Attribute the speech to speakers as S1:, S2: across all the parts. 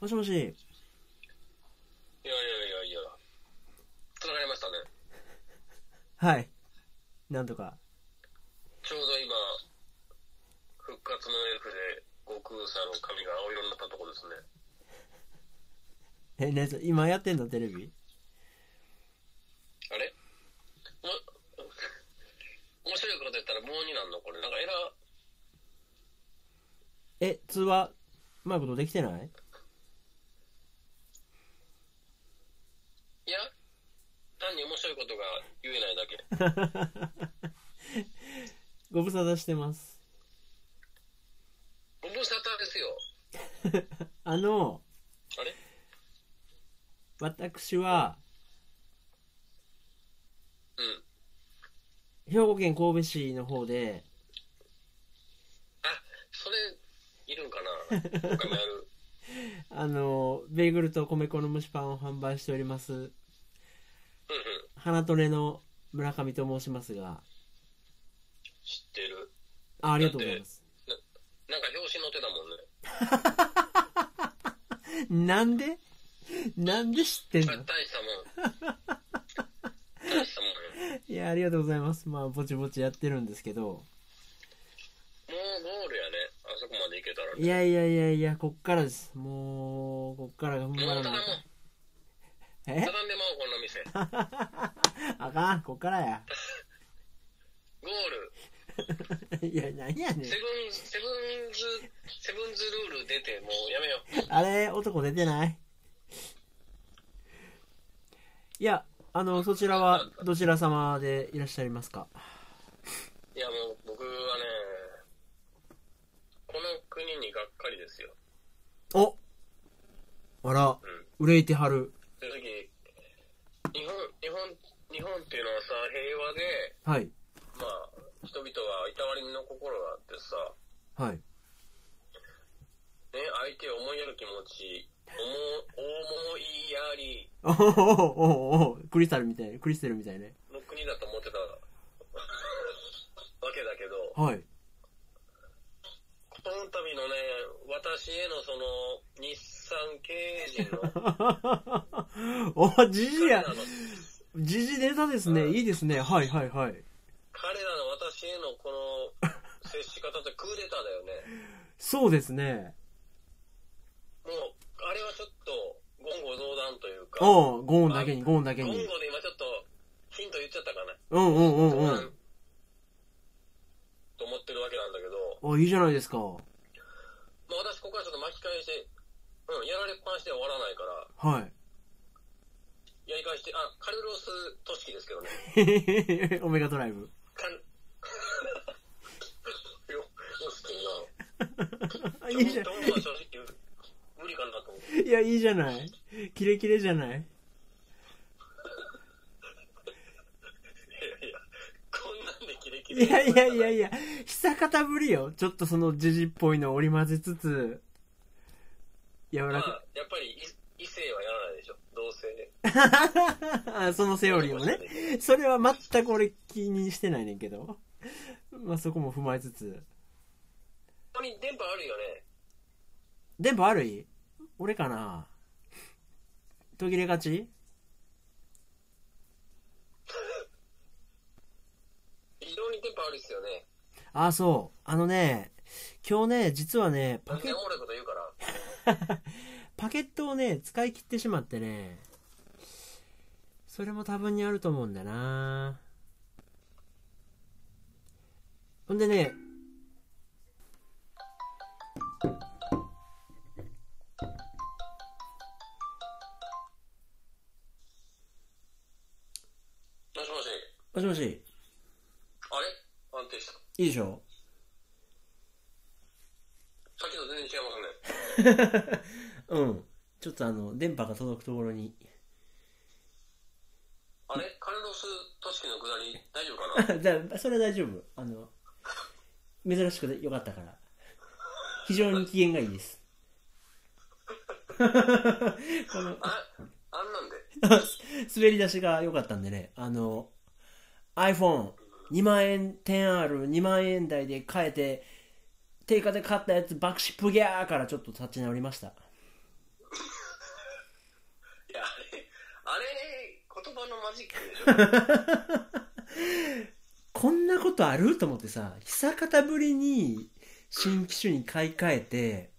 S1: もしもし。
S2: いやいやいやいや。繋がりましたね。
S1: はい。なんとか。
S2: ちょうど今、復活の F で、悟空さんの髪が青色になったとこですね。
S1: え、ね、そ今やってんのテレビ
S2: あれも、面白いこと言ったらもうになんのこれ。なんかエラー、
S1: え、通話、うまいことできてない
S2: いや、単に面白いことが言えないだけ。
S1: ご無沙汰してます。
S2: ご無沙汰ですよ。
S1: あの、
S2: あれ
S1: 私は、
S2: うん。
S1: 兵庫県神戸市の方で、
S2: あ、それ、いるんかな他もや る。
S1: あの、ベーグルと米粉の蒸しパンを販売しております、
S2: うんうん。
S1: 花トレの村上と申しますが、
S2: 知ってる。
S1: あ、ありがとうございます。
S2: なんか表紙載ってたもんね。
S1: なんでなんで知ってんの
S2: あ大したもん。 大したもんよ。
S1: いや、ありがとうございます。まあ、ぼちぼちやってるんですけど、
S2: もうゴールやね。あそこまで行けたらね。
S1: いやいやいやいや、こっからです。もう、こっからが踏ん張
S2: も
S1: ら
S2: うただ
S1: な
S2: も
S1: いと
S2: う。、た
S1: え
S2: だんでまおう、こんな店。ゴ
S1: あかん、こっからや。
S2: ール、
S1: いや、なんやねん
S2: セ。ブン、セブンズ、セブンズルール出て、もうやめよう。
S1: あれ、男出てないいや、あの、そちらは、どちら様でいらっしゃいますか
S2: いや、もう僕はね、この国にがっかりですよ。
S1: おあら、憂いてはる。
S2: 正直、日本、日本、日本っていうのはさ、平和で、
S1: はい、
S2: まあ、人々はいたわりの心があってさ、
S1: はい。
S2: ね、相手を思いやる気持ち、思う、思いやり
S1: おおおおおクリスタルみたいね。クリステルみたいね。
S2: の国だと思ってたわけだけど、
S1: はい。
S2: この度のね、私へのその、日産経営陣の、
S1: お、じじ
S2: 彼
S1: や
S2: ら、の、
S1: じじネタですね。いいですね。はい、はい、はい。
S2: 彼らの私へのこの、接し方ってクーデターだよね。
S1: そうですね。
S2: もう、あれはちょっと、言語道断というか、
S1: おうゴーンだけに、ゴーンだけ
S2: 言
S1: に。
S2: 語で今ちょっと、ヒント言っちゃったかな。
S1: うんうんうんう
S2: うんん。と思ってるわけなんだけど、
S1: お、いいじゃないですか。は
S2: まあ私ここからちょっと巻き返して、うん、やられっぱなしでは終わらないから、
S1: い。
S2: やり返して、あ、カルロス・トシキですけ どね。
S1: オメガドライブ。
S2: カル、よ、よし君が、
S1: いいじゃ
S2: どうも正直、無理かなと思って。
S1: ん。いや、いいじゃない。キレキレじゃない。
S2: いやいや、こんなんでキレキ
S1: い
S2: レ。
S1: やいやいやいや、久方ぶりよ。ちょっとそのジジっぽいのを織り交ぜつつ、柔
S2: ま
S1: らか
S2: あ、やっぱりい異性はやらないでしょ。同性で。
S1: あ、 そのセオリーもね。それは全く俺気にしてないねんけど。まあそこも踏まえつつ。
S2: ここに電波あるよね。
S1: 電波悪い俺かな途切れがち
S2: 非常に電波あるっすよね。
S1: あ、そう。あのね、今日ね、実はね、
S2: な
S1: パ
S2: ん
S1: ケ
S2: でおもろいこと言うから。
S1: パケットをね、使い切ってしまってね、それも多分にあると思うんだなほんでね、
S2: もしもし。
S1: もしもし、
S2: あれ安定した。
S1: いいでしょ
S2: さっきと全然違いますね。
S1: うん。ちょっとあの、電波が届くところ に。
S2: あれカルロス・トシキのくだり、大丈夫 かな
S1: じゃあそれは大丈夫。あの、珍しくてよかったから。非常に機嫌がいいです。この、
S2: ああんなんで。
S1: 滑り出しが良かったんでね、あの、iPhone2 万円 10R2 万円台で買えて、定価で買ったやつ爆死プギャーからちょっと立ち直りました。
S2: あれ、言葉のマジックでしょ
S1: こんなことあると思ってさ、久方ぶりに新機種に買い替えて、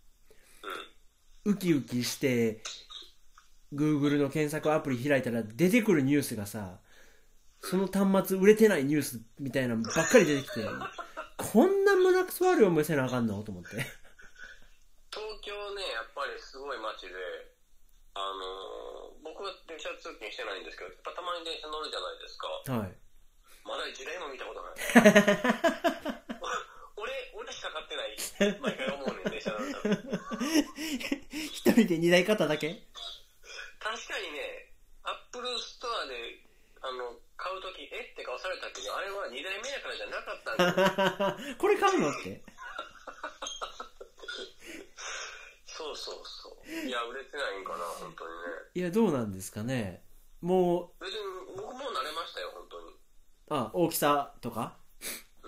S2: う
S1: ウキウキして、Google の検索アプリ開いたら出てくるニュースがさ、その端末売れてないニュースみたいなのばっかり出てきて、こんな胸くそ悪い思いせなあかんのと思って。
S2: ん。東京ね、やっぱりすごい街で、あのー僕は電車通勤してないんですけど、やっぱたまに電車乗るじゃないですか。
S1: はい。
S2: まだ一台も見たことない。俺、俺しか買ってない。毎回思うねん、電車乗るたび
S1: 一人で二台買っただけ
S2: 確かにね、アップルストアで、あの、買うとき、えって顔されたけど、あれは2代目やからじゃなかったんだ
S1: これ買うのって。
S2: そうそうそう。いや、売れてないんかな、本当にね。
S1: いや、どうなんですかね。も
S2: 別に、僕もう慣れましたよ、本当に。
S1: う、あ、大きさとか
S2: う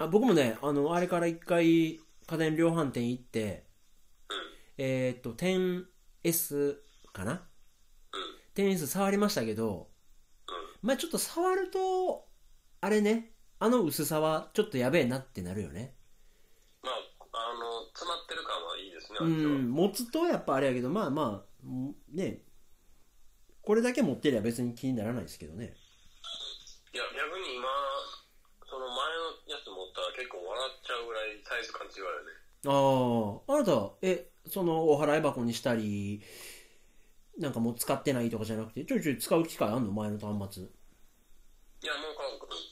S2: ん。
S1: あ僕もね、あの、あれから一回家電量販店行って、
S2: うん。
S1: えーっと、10S かな
S2: うん。
S1: ?10S 触りましたけど、
S2: うん。
S1: まあちょっと触ると、あれね、あの薄さはちょっとやべえなってなるよね。
S2: まあ、あの、詰まってる感はいいですね、あ
S1: う
S2: っちは。
S1: ん、持つとやっぱあれやけど、まあまあ、もうね、これだけ持ってりゃ別に気にならないですけどね。
S2: いや、逆に今、その前のやつ持ったら結構笑っちゃうぐらいサイズ感違うよね。
S1: ああ、あなた、え、そのお払い箱にしたり、なんかもう使ってないとかじゃなくて、ちょいちょい使う機会あんの前の端末。
S2: いや、もう韓国に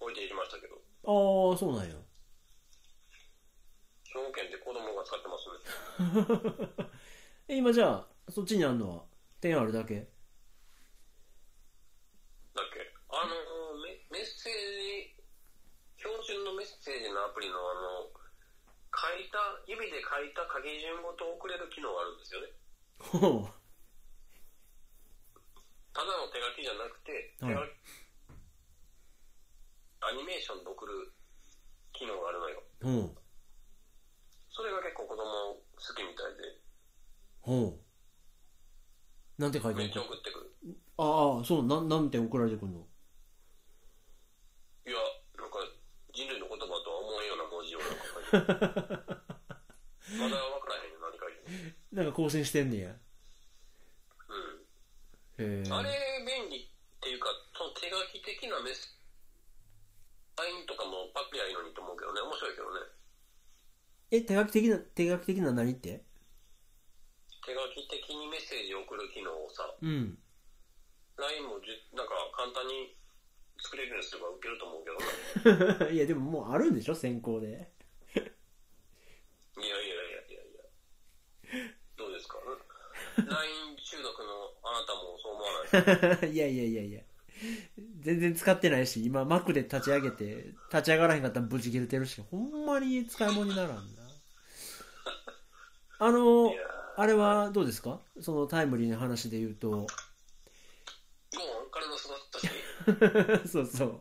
S2: 置いていきましたけど、
S1: ああ、そうなんや。
S2: 兵庫県で子供が使ってますね。
S1: え、今じゃあ、そっちにあんのは、点あるだけ。
S2: だっけあのメメッセージ標準のメッセージのアプリのあの書いた指で書いた書き順ごと送れる機能があるんですよね
S1: ほ
S2: ただの手書きじゃなくて手書き、
S1: はい
S2: アニメーションで送る機能があるのよ
S1: う。ほう。
S2: それが結構子供好きみたいで
S1: ほう。なんて書いて
S2: めっ
S1: ある
S2: ちゃ送ってくる
S1: ああ、そう、なん、なんて送られてくるの
S2: いやなんか人類の言葉とは思えんような文字をなんか書いてるまだ分からへんよ何書いてる
S1: なんか更新してんねや。
S2: うん
S1: へえ。
S2: あれ便利っていうか、その手書き的なメス、LINE とかもパクリゃいいのにと思うけどね、面白いけどね。
S1: え、手書き的な、手書き的な何って
S2: 手書き的にメッセージを送る機能をさ、
S1: うん。
S2: LINE もじゅなんか簡単に作れるようにすれば受けると思うけどね。
S1: いや、でももうあるんでしょ先行で。
S2: い やいやいやいやいや。どうですか ?LINE 中毒のあなたもそう思わない
S1: いやいやいやいや。全然使ってないし、今、マックで立ち上げて、立ち上がらへんかったらブチ切れてるし、ほんまに使い物にならんな。あの
S2: い や、
S1: あれはどうですかそのタイムリーな話で言うと、
S2: もう体育ったし、
S1: そうそう。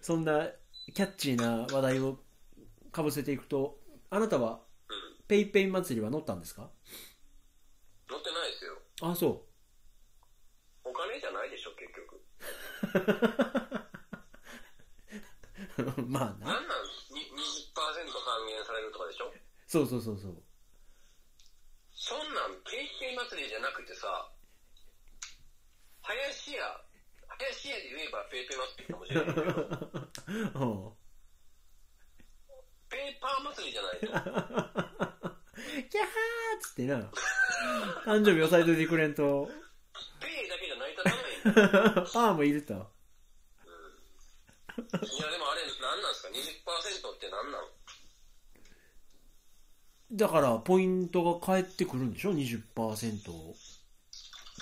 S1: そんなキャッチーな話題をかぶせていくと、あなたは
S2: うん。
S1: ペイペイ祭りは乗ったんですか
S2: 乗ってないですよ。
S1: あ、そ
S2: お金じゃないでしょ、結局。
S1: う。 まあ
S2: な
S1: な。
S2: んなんに ?20% 還元されるとかでしょ
S1: そうそうそう そう。
S2: そんなん、景品祭りじゃなくてさ、林家、林家で言えばペーペー祭りかもしれ ないけど、
S1: うん
S2: ペーパー祭りじゃないと。
S1: キャハーっつってな。誕生日押さえといてくれんと、
S2: ペーだけじゃ成り立たないんだよ。
S1: パーもいると。
S2: いや、でもあれ、なんなんすか ?20% ってなんなん
S1: だから、ポイントが返ってくるんでしょ ?20%。
S2: そ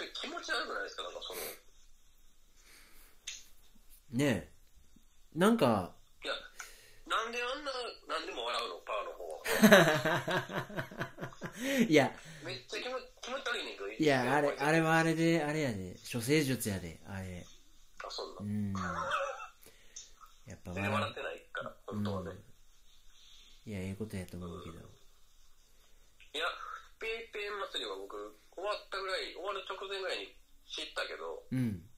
S2: れ気持ち悪くないですかなんかその、い
S1: ねえ。なんか、
S2: や、なんであんな、なんでも笑うのパーの方は。
S1: いや、
S2: めっちゃ気持気持ち悪いねんけど、
S1: いや、 あれ、あ
S2: れ。
S1: れはあれで、あれやで、処世術やで、あれ。
S2: あ、そんな
S1: う。ん。やっぱ
S2: 全然笑
S1: 笑
S2: ってないから、
S1: う。
S2: 本当はね。
S1: いや、ええことやと思うけど。
S2: いや、ペイペイ祭りは僕、終わったぐらい、終わる直前ぐらいに知ったけど、
S1: うん。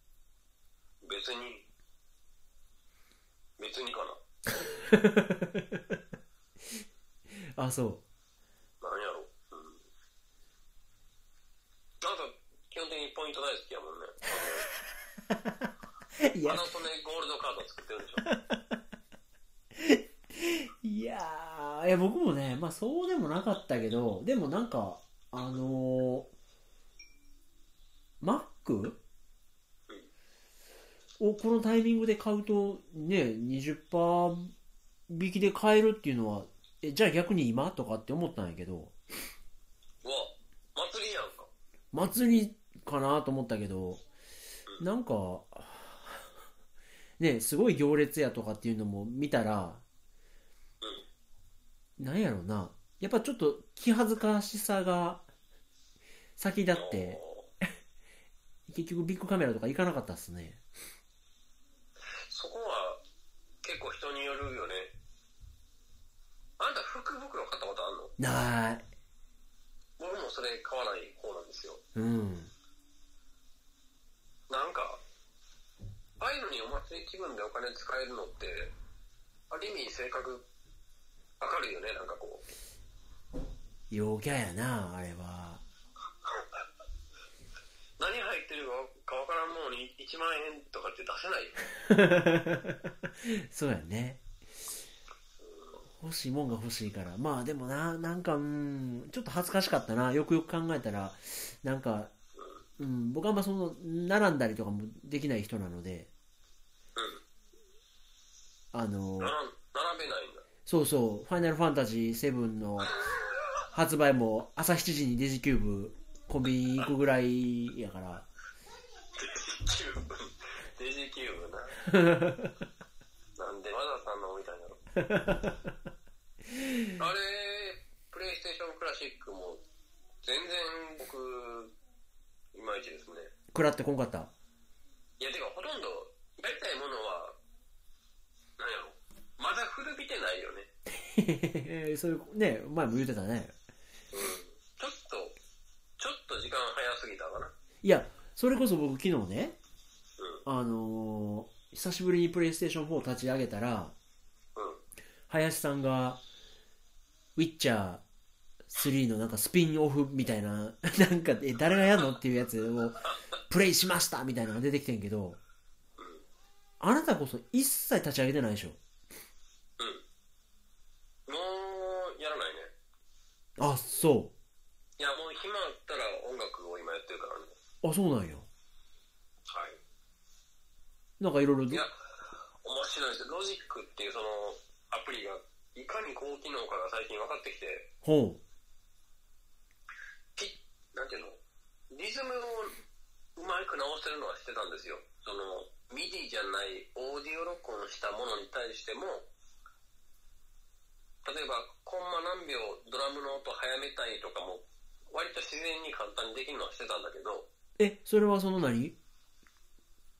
S2: 別に、別にかな。
S1: あ、そ
S2: なんやろ。うん。なんか、基本的にポイント大好きやもんね。
S1: う。い
S2: あ
S1: や、
S2: の、それゴールドカード作ってるでしょ。
S1: いやーいや僕もね、まあそうでもなかったけど、でもなんか、あのー、Mac? をこのタイミングで買うと、ね、20%引きで買えるっていうのは、え、じゃあ逆に今とかって思ったんやけど、
S2: うわ、祭りやんか。
S1: 祭りかなと思ったけど、なんか、ね、すごい行列やとかっていうのも見たら、なんやろうな、やっぱちょっと気恥ずかしさが先立って、結局ビッグカメラとか行かなかったっすね。
S2: そこは、結構人によるよね。あんた福袋買ったことあんの
S1: なーい。
S2: 僕もそれ買わない方なんですよ。
S1: うん。
S2: なんか、ああいうのにお祭り気分でお金使えるのって、ある意味性格、わかるよね、なんかこう。
S1: 陽キャやな、あれは。
S2: 何入ってるかわからんものに1万円とかって出せないよ。
S1: そうやね欲しいもんが欲しいからまあでもななんかうんちょっと恥ずかしかったなよくよく考えたらなんか、うん、僕はあんまその並んだりとかもできない人なのであ
S2: 並ん並
S1: の
S2: べないんだ。
S1: そうそう「ファイナルファンタジー7」の発売も朝7時にデジキューブコンビニ行くぐらいやから
S2: キューブ。デジキューブな。なんでわざさんのみたいなの。あれ、プレイステーションクラシックも、全然僕、いまいちですね。
S1: 食らってこんかった
S2: いや、てかほとんど、やりたいものは、なんやろ。まだ古びてないよね。
S1: そういうね前も言ってたね
S2: うん。ちょっと、ちょっと時間早すぎたかな。
S1: いや、それこそ僕昨日ね、
S2: う
S1: あのー久しぶりにプレイステーション4を立ち上げたら、
S2: ん。うん。
S1: 林さんが、ウィッチャー3のなんかスピンオフみたいな、 なんか、え、誰がやんのっていうやつを、プレイしましたみたいなのが出てきてんけど、あなたこそ一切立ち上げてないでしょ。
S2: もう、やらないね。
S1: あ、そ
S2: いや、もう暇あったら音楽を今やってるからね。
S1: う。あ、そうなんや。
S2: はい。
S1: なんかいろいろ
S2: いや、面白いですよ。ロジックっていうそのアプリが、いかに高機能かが最近分かってきて、
S1: ほ
S2: ピッ、なんていうのリズムをうまく直してるのはしてたんですよ。その、ミディじゃないオーディオ録音したものに対しても、例えば、コンマ何秒ドラムの音早めたいとかも、割と自然に簡単にできるのはしてたんだけど、
S1: う。え、それはその何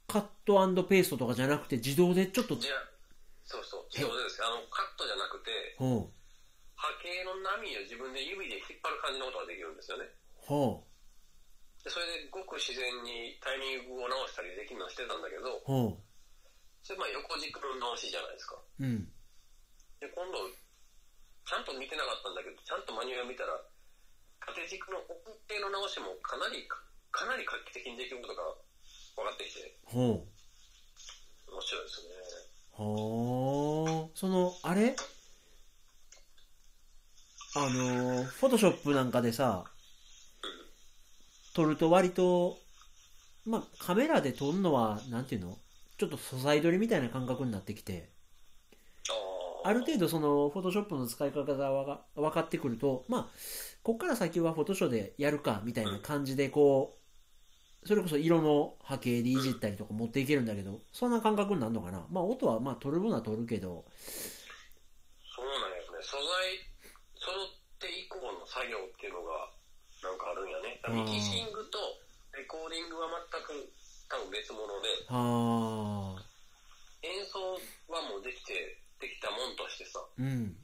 S1: カットペーストとかじゃなくて自動でちょっと、
S2: じゃあ、そうそう、そうです。あの、カットじゃなくて、
S1: ほう。
S2: 波形の波を自分で指で引っ張る感じのことができるんですよね。
S1: ほ
S2: でそれでごく自然にタイミングを直したりできるのをしてたんだけど
S1: う。、ほう。
S2: それまあ横軸の直しじゃないですか。
S1: うん。
S2: で、今度、ちゃんと見てなかったんだけど、ちゃんとマニュアル見たら、縦軸の音程の直しもかなり、かなり画期的にできることが分かってきて、
S1: ほ
S2: 面白いですね。
S1: う。ほう。その、あれあのー、フォトショップなんかでさ、撮ると割と、まあ、カメラで撮るのは、なんていうのちょっと素材撮りみたいな感覚になってきて、
S2: あー
S1: ある程度その、フォトショップの使い方が分かってくると、まあ、こっから先はフォトショーでやるか、みたいな感じで、こう、それこそ色の波形でいじったりとか持っていけるんだけど、そんな感覚になるのかなまあ、音は、まあ、撮る分は撮るけど、
S2: そうなんやね。素材、揃って以降の作業っていうのが、なんかあるんやね。だから
S1: うん
S2: ミキシングとレコーディングは全く多分別物で、
S1: はあ、
S2: 演奏はもうできて、できたもんとしてさ、
S1: うん。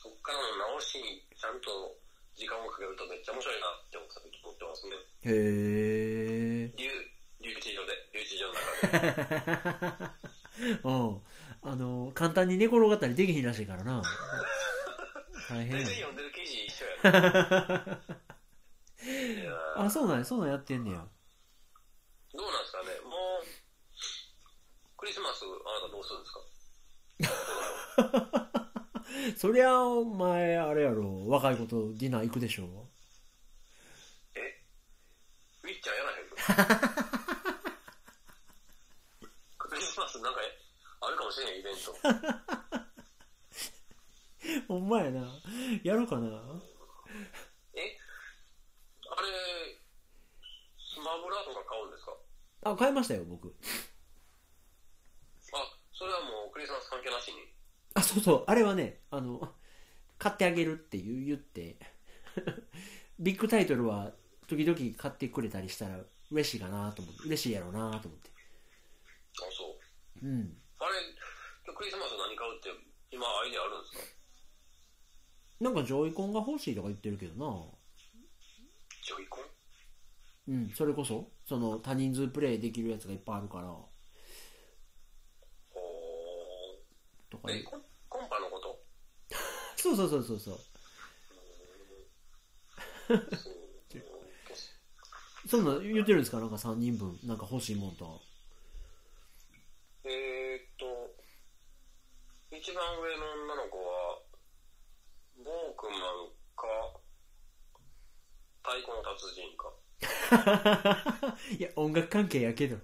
S2: そっからの直しにちゃんと時間をかけるとめっちゃ面白いなって思ってますね。
S1: へえ、
S2: 流
S1: うん。あの、簡単に寝転がったりできひんらしいからな。大変
S2: 全
S1: や
S2: 然読んでる記事一緒やな。 いやー
S1: あ、そうなんや、そうなんやってんねや。
S2: どうなんですかねもう、クリスマス、あなたどうするんですか
S1: そりゃ、お前、あれやろ、若い子とディナー行くでしょ。
S2: えみっちゃんやらへんの クリスマスなんかあるかもしれんイベント。
S1: ほんまやな。やろうかな。
S2: えあれ、スマブラとか買うんですか
S1: あ、買いましたよ、僕。
S2: あ、それはもうクリスマス関係なしに。
S1: あ、そうそう、あれはね、あの、買ってあげるって言う言って、 ビッグタイトルは時々買ってくれたりしたら嬉しいかなと思って、嬉しいやろうなと思って。
S2: あ、そう。
S1: うん。
S2: あれ、クリスマス何買うって今アイデアあるんですか
S1: なんかジョイコンが欲しいとか言ってるけどな
S2: ジョイコン
S1: うん、それこそ、その多人数プレイできるやつがいっぱいあるから、
S2: ほ
S1: とか
S2: ー。え、コンコンパの こと
S1: そうそうそうそう
S2: そ
S1: そう。
S2: う
S1: そんなん言ってるんですかなんか3人分、なんか欲しいもんと。
S2: えーっと、一番上の女の子は、ボークマンか、太鼓の達人か。
S1: いや、音楽関係やけど。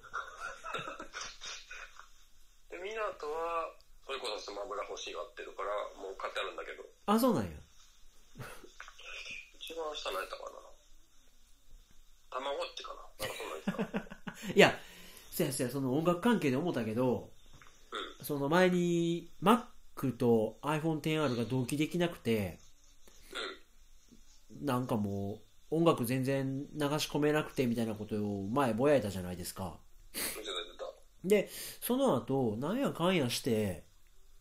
S2: で、ミナトは、それこそスマブラ欲しがってるから、もう買ってあるんだけど、
S1: あ、そうなんや。
S2: 一番下何やったかな。たまごっちかな。なんかそんなんやった。
S1: いや、せやせや、その音楽関係で思ったけど、
S2: う
S1: その前に Mac と iPhone XR が同期できなくて、
S2: ん。うん。
S1: なんかもう音楽全然流し込めなくてみたいなことを前ぼやいたじゃないですか。
S2: 出てた出てた。
S1: で、その後、なんやかんやして、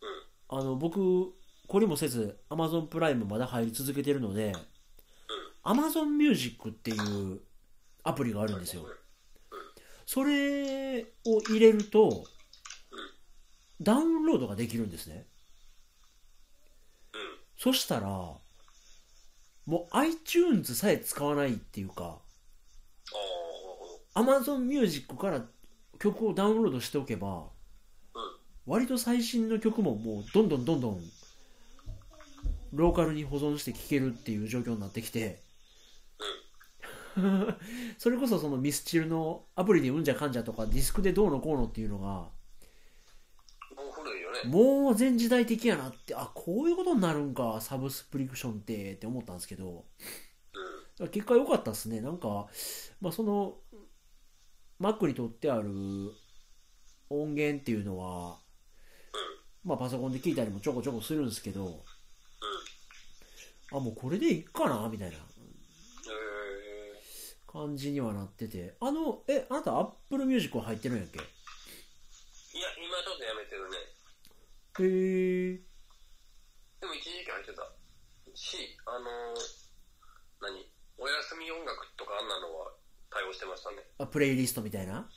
S2: うん。
S1: あの、僕、これもせず Amazon プライムまだ入り続けてるので、Amazon Music っていうアプリがあるんですよ。それを入れると、ダウンロードができるんですね。
S2: うん。
S1: そしたら、もう iTunes さえ使わないっていうか、
S2: ああ、
S1: Amazon Music から曲をダウンロードしておけば、
S2: うん。
S1: 割と最新の曲ももうどんどんどんどん、ローカルに保存して聴けるっていう状況になってきて、 それこそそのミスチルのアプリでうんじゃかんじゃとかディスクでどうのこうのっていうのが、
S2: もう古いよね。
S1: もう全時代的やなって、あ、こういうことになるんか、サブスプリクションってって思ったんですけど、
S2: うん。
S1: 結果良かったですね。なんか、まあ、その、Mac にとってある音源っていうのは、まあ、パソコンで聞いたりもちょこちょこするんですけど、あ、もうこれでいいかな、みたいな
S2: うん。えー、
S1: 感じにはなってて。あの、え、あなた Apple Music は入ってるんやっけ
S2: いや、今ちょっとやめてるね。
S1: へえ。
S2: でも一時期入ってた。し、あのー、何お休み音楽とかあんなのは対応してましたね。
S1: あ、プレイリストみたいな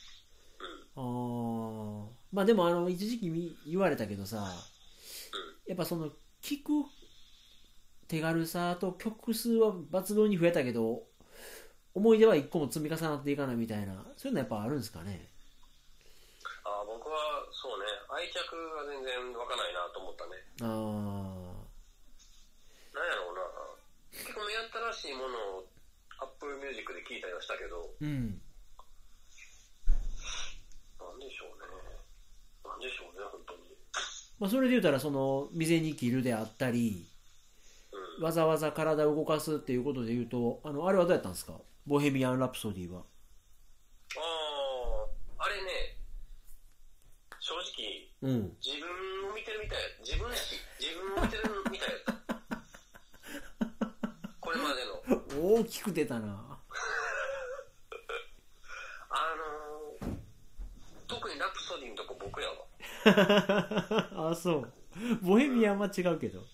S2: うん。
S1: あーまあでもあの一時期み言われたけどさやっぱその聞く手軽さと曲数は抜群に増えたけど思い出は一個も積み重なっていかないみたいなそういうのやっぱあるんですかね
S2: ああ、僕はそうね、愛着が全然湧かないなと思ったね。
S1: あー
S2: なんやろうな。結構目新しいものを Apple Music で聞いたりはしたけど、
S1: うん
S2: なんでしょうね。なんでしょうね、本当に。
S1: まあそれで言うたらその店に着るであったり
S2: うん。
S1: わざわざ体を動かすっていうことで言うとあのあれはどうやったんですかボヘミアン・ラプソディは
S2: ああ、あれね、正直、
S1: うん
S2: 自分を見てるみたい自分し自分を見てるみたいやったこれまでの
S1: 大きく出たな
S2: あのー、特にラプソディのとこ僕やわ
S1: あそうボヘミアンは違うけど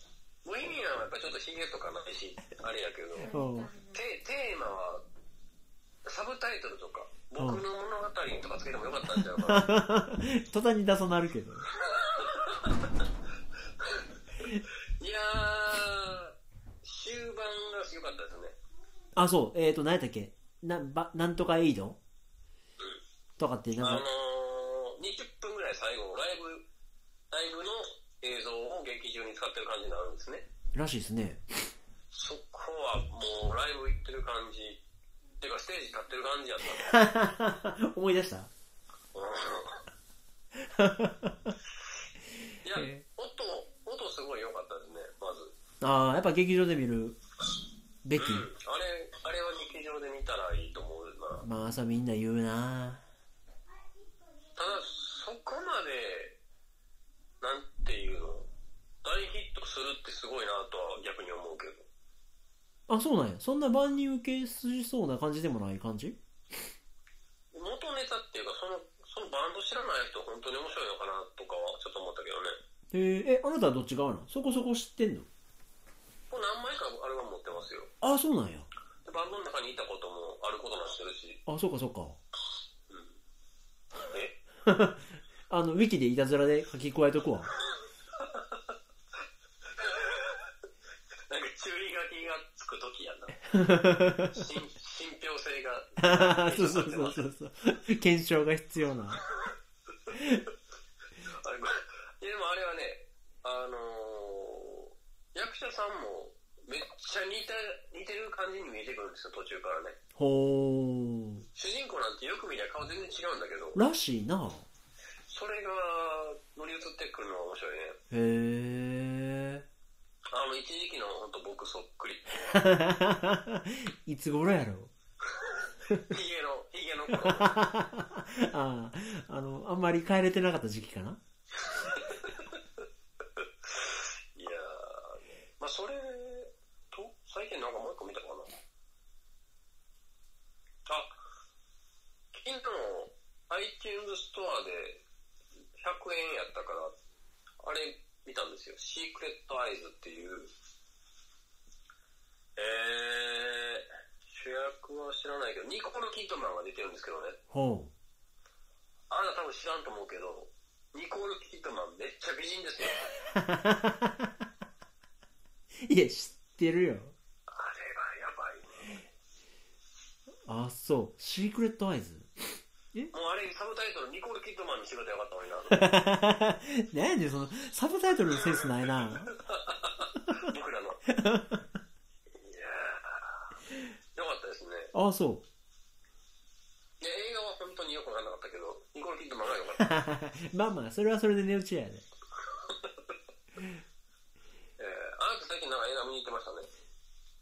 S2: ボヘミアンはやっぱちょっとヒゲとかないしあれやけど
S1: うん
S2: テテーマはサブタイトルとか僕の物語とかつけてもよかったんじゃないかな。
S1: 途端に出さなるけど。
S2: いやー、終盤が良かったですね。
S1: あ、そう。えっ、ー、と、何やったっけな、ば、なんとかエイドとかって、
S2: あ
S1: な
S2: の
S1: んか、
S2: ー、20分ぐらい最後、ライブ、ライブの映像を劇中に使ってる感じになるんですね。
S1: らしいですね。
S2: そこはもうライブ行ってる感じ、てかステージ立ってる感じやったね。
S1: 思い出した
S2: いや
S1: え、
S2: 音、音すごい良かったですね、まず。
S1: ああ、やっぱ劇場で見るべき。
S2: うん。あれ、あれは劇場で見たらいいと思うな。
S1: まあ、朝みんな言うな
S2: ただ、そこまで、なんていうの、大ヒットするってすごいなとは逆に思うけど。
S1: あ、そうなんや。そんな万人受けしそうな感じでもない感じ
S2: 元ネタっていうか、その、そのバンド知らない人本当に面白いのかなとかはちょっと思ったけどね。
S1: えー、え、あなたはどっち側なのそこそこ知ってんの
S2: これ何枚かアルバム持ってますよ。
S1: あ、そうなんや。
S2: でバンドの中にいたこともあることもしてるし。
S1: あ、そうかそうか。
S2: え
S1: あの、ウィキでいたずらで書き加え とくわ。
S2: なんか注意書きがつくときや な。信信憑性が。
S1: そうそうそうそうそう。検証が必要な。
S2: あれ、これいやでもあれはね、あのー役者さんもめっちゃ似た、似てる感じに見えてくるんですよ、途中からね。
S1: ほー。
S2: 主人公なんてよく見りゃ顔全然違うんだけど、
S1: らしいな
S2: それが乗り移ってくるのが面白いね。
S1: へー。
S2: あの、一時期のほんと僕そっくり。
S1: いつ頃やろ
S2: ヒゲの、ヒゲの頃。
S1: ああ、あの、あんまり帰れてなかった時期かない
S2: やー、まあそれと、最近なんかもう一個見たかな。あ、昨日 iTunes ストアで100円やったから、あれ見たんですよ。シークレットアイズっていう。えー、主役は知らないけど、ニコール・キッドマンが出てるんですけどね。
S1: ほ
S2: あなた多分知らんと思うけど、ニコール・キッドマンめっちゃ美人 ですよ。
S1: う。いや、知ってるよ。
S2: あれはやばいね。
S1: あ、そう。シークレットアイズ。
S2: もうあれ、サブタイトル、ニコール・キッドマンにしてくれたらよかったのにな、
S1: なんやねん、その、サブタイトルのセンスないな
S2: 僕らの。いやー、よかったですね。
S1: あ、そ
S2: いや、映画は本当によくわかんなかったけど、ニコール・キッドマンがよかった。
S1: う。 まあまあ、それはそれで値打ちやで。
S2: えー、あなた最近なんか映画見に行ってましたね。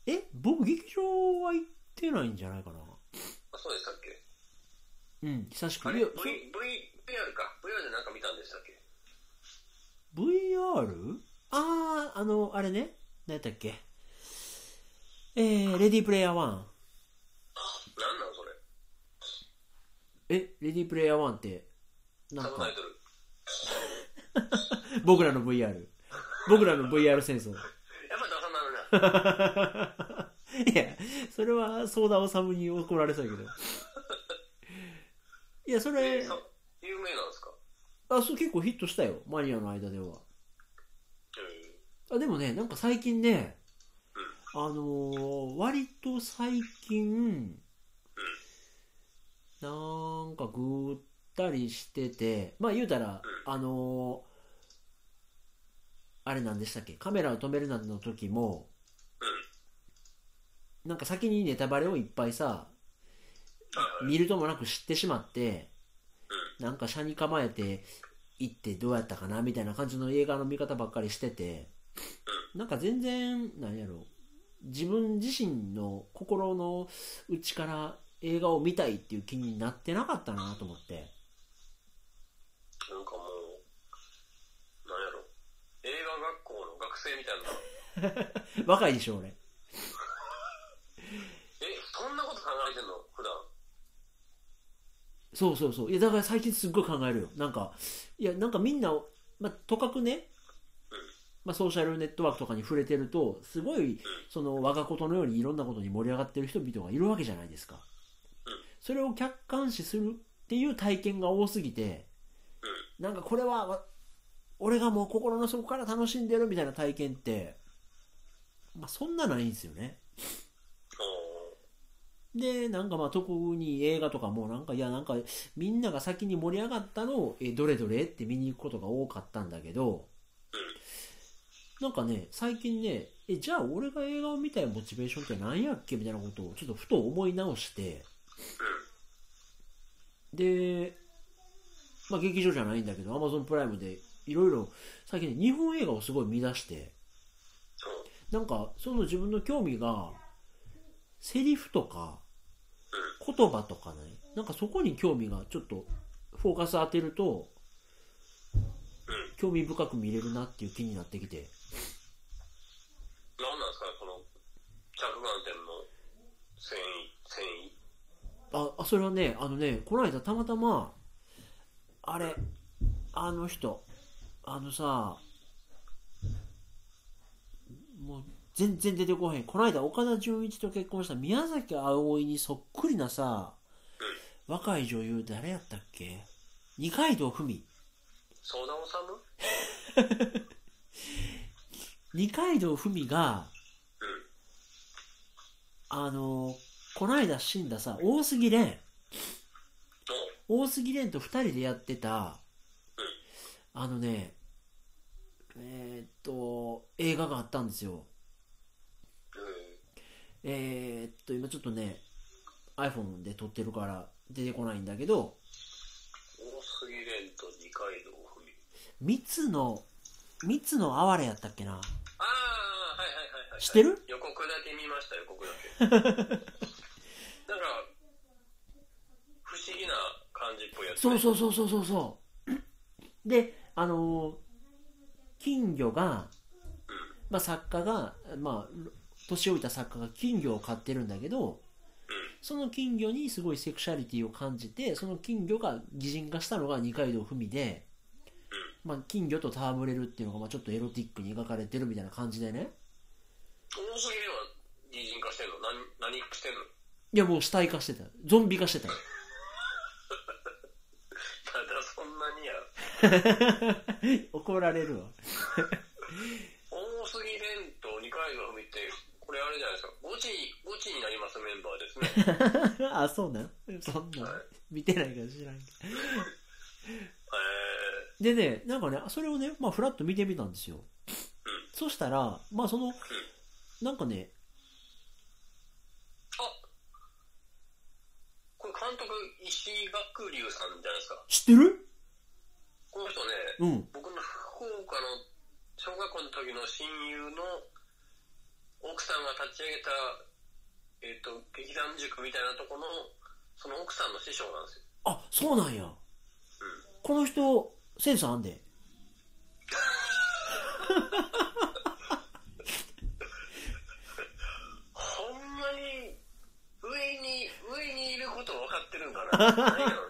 S1: え、僕、劇場は行ってないんじゃないかな
S2: あそうでしたっけ
S1: うん、久しく。
S2: あれ
S1: いや
S2: ?V、V、VR か。VR でなんか見たんでしたっけ
S1: VR? あー、あの、あれね。何やったっけえー、レディープレイヤー1。
S2: なんなんそれ。
S1: え、レディープレイヤー1って、な
S2: サ
S1: ん
S2: ブタ
S1: か
S2: イ、トル。
S1: 僕らの VR。僕らの VR 戦争。
S2: やっぱ出さなる な。
S1: いや、それは、ソーダオサムに怒られそうやけど。いや、そ
S2: え
S1: れ
S2: ー、、そう有名なんですか
S1: あ、そう、結構ヒットしたよ。マニアの間では。
S2: うん。
S1: あでもね、なんか最近ね、あのー、割と最近、なんかぐったりしてて、まあ言うたら、あのー、あれなんでしたっけ、カメラを止めるなんの時も、なんか先にネタバレをいっぱいさ、
S2: はいはい。
S1: 見るともなく知ってしまって、なんか車に構えて行ってどうやったかなみたいな感じの映画の見方ばっかりしてて、なんか全然、なんやろ、自分自身の心の内から映画を見たいっていう気になってなかったなと思って。
S2: なんかもう、なんやろ。映画学校の学生みたいな。
S1: 若いでしょ、俺。
S2: え、そんなこと考えてんの普段。
S1: そうそうそう。いや、だから最近すっごい考えるよ。なんか、いや、なんかみんな、まあ、とかくね、まあ、ソーシャルネットワークとかに触れてると、すごい、その、我がことのようにいろんなことに盛り上がってる人々がいるわけじゃないですか。それを客観視するっていう体験が多すぎて、なんかこれは、わ俺がもう心の底から楽しんでるみたいな体験って、まあそんなないんですよね。
S2: お
S1: で、なんかまあ特に映画とかもなんか、いやなんかみんなが先に盛り上がったのを、え、どれどれって見に行くことが多かったんだけど、なんかね、最近ね、え、じゃあ俺が映画を見たいモチベーションって何やっけみたいなことをちょっとふと思い直して、で、まあ劇場じゃないんだけど、Amazon プライムでいろいろ最近ね、日本映画をすごい見出して、なんかその自分の興味がセリフとか言葉とかねなんかそこに興味がちょっとフォーカス当てると興味深く見れるなっていう気になってきて
S2: うん。なんなんですか、この、着眼点の繊維、繊維。
S1: ああそれはねあのねこの間たまたまあれあの人あのさもう全然出てこへんこの間岡田准一と結婚した宮崎あおいにそっくりなさ若い女優誰やったっけ二階堂ふみ
S2: 相談をさむ
S1: 二階堂ふみが
S2: う
S1: あのこの間死んださ大杉蓮
S2: ん。お
S1: 大杉蓮と2人でやってた、あのね、えーっと、映画があったんですよ。
S2: うん。
S1: えーっと、今ちょっとね、iPhone で撮ってるから出てこないんだけど、
S2: 大杉蓮と二階堂ふみ。
S1: 三つの、三つの哀れやったっけな。
S2: ああ、はいはいはいはい、はい。
S1: 知ってる
S2: 予告だけ見ました、予告だけ。 だから、不思議な感じっぽいやつ、。
S1: そうそううそうそうそうそう。で、あのー金魚が、まあ、作家が、まあ、年老いた作家が金魚を飼ってるんだけど、
S2: うん。
S1: その金魚にすごいセクシャリティを感じて、その金魚が擬人化したのが二階堂ふみで、まあ、金魚と戯れるっていうのがまあちょっとエロティックに描かれてるみたいな感じでね。
S2: 大杉蓮は擬人化してんの何、何してんの
S1: いや、もう死体化してた。ゾンビ化してた。
S2: ただそんなにや。
S1: 怒られるわ。
S2: 大杉蓮と二階堂ふみって、これあれじゃないですか。ゴチ、ゴチになりますメンバーですね。
S1: あ、そうなんそんなん見てないから知らんけ
S2: え
S1: ど。でね、なんかね、それをね、まあ、フラッと見てみたんですよ。そしたら、まあ、その、なんかね、
S2: ー、あこれ監督、石井学龍さんじゃないですか。
S1: 知ってる
S2: この人ね、
S1: うん。
S2: 僕の福岡の小学校の時の親友の奥さんが立ち上げた、えっと劇団塾みたいなとこのその奥さんの師匠なんですよ
S1: あ、そうなんや。この人、センスあんで。
S2: ほんまに上に上にいること分かってるんかな何やろ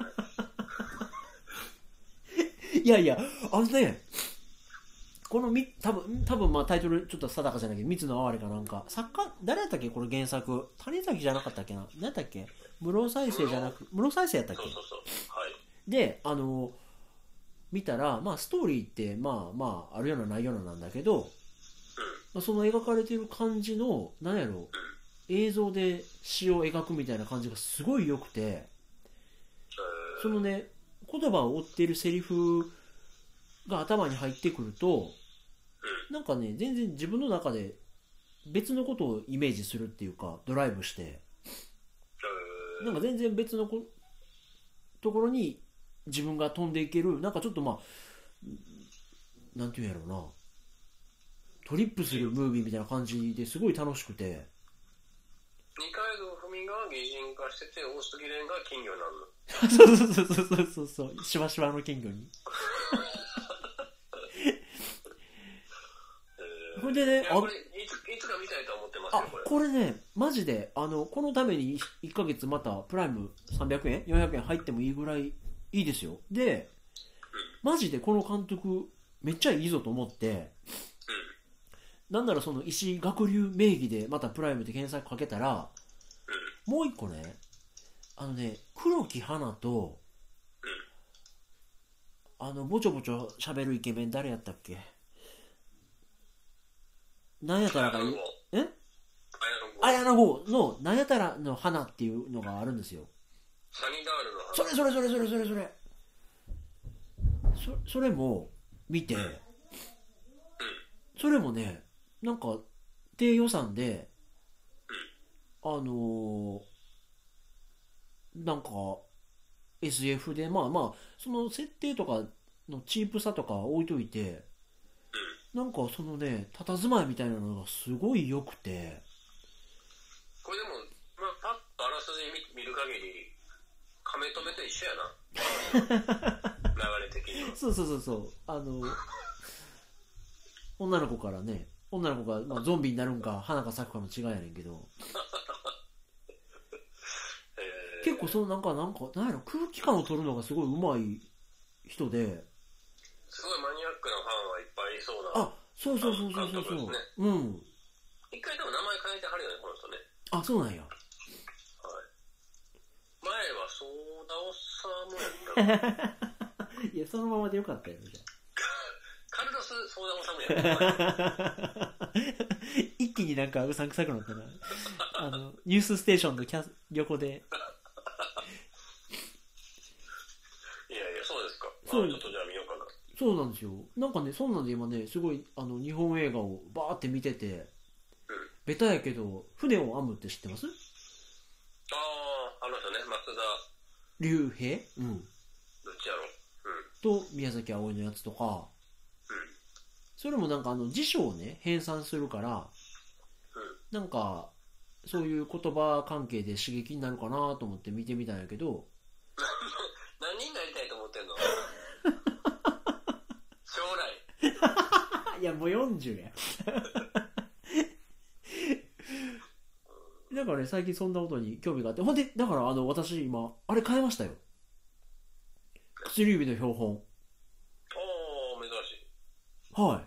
S2: うね
S1: いやいや、あのね、このみ、多分多分まあタイトルちょっと定かじゃないけど、三つの哀れかなんか、作家、誰やったっけこれ原作。谷崎じゃなかったっけな何やったっけ室再生じゃなく、室再生やったっ
S2: そうそうそうはい
S1: けで、あの、見たら、まあストーリーって、まあまあ、あるようなないようななんだけど、まあ、その描かれてる感じの、なんやろ、映像で詩を描くみたいな感じがすごい良くて、そのね、言葉を追っているセリフが頭に入ってくると、なんかね、全然自分の中で別のことをイメージするっていうか、ドライブして、
S2: うんうんうん
S1: なんか全然別のこところに自分が飛んでいける、なんかちょっとまあ、なんていうんやろうな、トリップするムービーみたいな感じですごい楽しくて、
S2: 二階堂ふみが擬人化してて大杉蓮が金魚になるの
S1: そうそうそうそうそうそう、しばしばの金魚に。ほんで
S2: えー
S1: ね
S2: い、や
S1: あ
S2: これいついつか見たいとは思ってます
S1: あ
S2: よこれ
S1: これねマジであのこのために1ヶ月またプライム300円400円入ってもいいぐらいいいですよでマジでこの監督めっちゃいいぞと思ってなんならその石井学流名義でまたプライムで検索かけたらもう一個ねあのね黒木華とあのぼちょぼちょ喋るイケメン誰やったっけなんやたらが
S2: あやの
S1: え
S2: あ
S1: 綾野剛のなんやたらの花っていうのがあるんですよ
S2: サニーガールの話
S1: それそれそれそれそれそれそそれも見てそれもねなんか低予算であのーなんか SF でまあまあその設定とかのチープさとかは置いといてなんかそのね佇まいみたいなのがすごい良くて
S2: これでも、まあ、パッとあらすじ見見る限り亀止めと一緒や な流れ的には
S1: そうそうそうそうあの女の子からね女の子が、まあ、ゾンビになるんか花が咲くかの違いやねんけど
S2: えー
S1: 結構そのなんかなんかなんやろ空気感を取るのがすごい上手い人です
S2: ごいマニアックなファンはいっぱいいそうな
S1: あそうそうそうそうそ
S2: 監
S1: うそう、
S2: 督ですね
S1: うん
S2: 一回でも名前変えてはるよねこの人ね
S1: あそうなんや
S2: 前はソーダオサムや った
S1: いやそのままでよかったよじゃ
S2: カルロス・ソーダオサムや った
S1: あ 一気になんかうさんくさくなったなあのニュースステーションのキャス横で
S2: いやいやそうですかまあ
S1: そう
S2: ちょっとじゃあ見ようかな
S1: そうなんですよなんかねそんなんで今ねすごいあの日本映画をバーって見ててベタやけど船を編むって知ってます
S2: あああの人ね松田
S1: 竜兵、うん、
S2: どっちやろうん
S1: と宮崎葵のやつとか
S2: う
S1: それもなんかあの辞書をね編纂するから
S2: んうん
S1: なんかそういう言葉関係で刺激になるかなと思って見てみたんやけど
S2: 何になりたいと思って んの将来
S1: いやもう40や だからね最近そんなことに興味があってほんでだからあの私今あれ買いましたよ薬指の標本
S2: おお珍しい
S1: は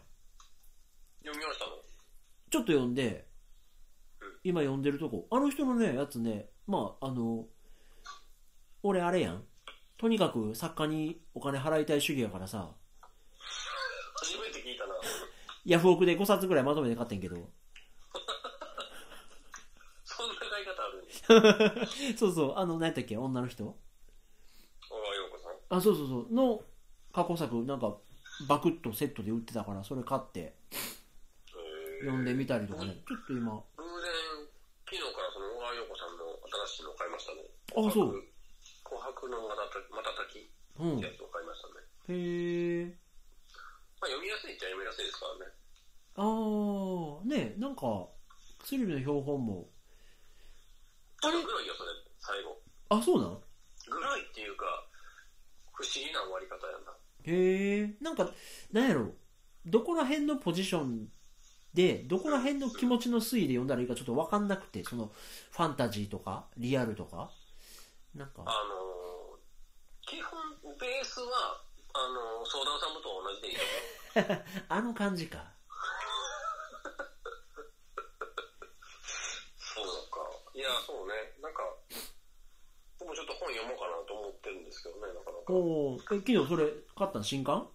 S1: い
S2: 読みましたもん
S1: ちょっと読んで
S2: うん、
S1: 今読んでるとこ、あの人のね、やつね、まあ、あの、俺あれやん。とにかく作家にお金払いたい主義やからさ、
S2: 初めて聞いたな
S1: ヤフオクで5冊ぐらいまとめて買ってんけど、
S2: そんな買い方あるん です
S1: そうそう、あの、何やったっけ、女の人
S2: 小川陽子さん
S1: あ、そうそうそう、の過去作、なんか、バクッとセットで売ってたから、それ買って
S2: へえ
S1: 読んでみたりとかね、ちょっと今、
S2: 偶然昨日からその小川陽子さんの新しいのを買いましたね
S1: あそう
S2: 琥珀のまたたまたたきっ
S1: うん、
S2: てや
S1: へ
S2: つを買いましたね、
S1: え。
S2: まあ、読みやすいっちゃ読みやすいですからね
S1: あー、ねなんか、薬指の標本も、あれ
S2: グロいよそれ最後
S1: あ、そうなん
S2: グロいっていうか不思議な終わり方やな
S1: へえなんかなんやろどこら辺のポジションでどこら辺の気持ちの推移で読んだらいいかちょっと分かんなくてそのファンタジーとかリアルとかなんか
S2: あのー基本ベースはあのー、相談さんと同じでいいよ
S1: あの感じか
S2: そうかいやそうねなんか僕もちょっと本読もうかなと思ってるんですけどねなかなか、うん、
S1: おお昨日それ買ったの新刊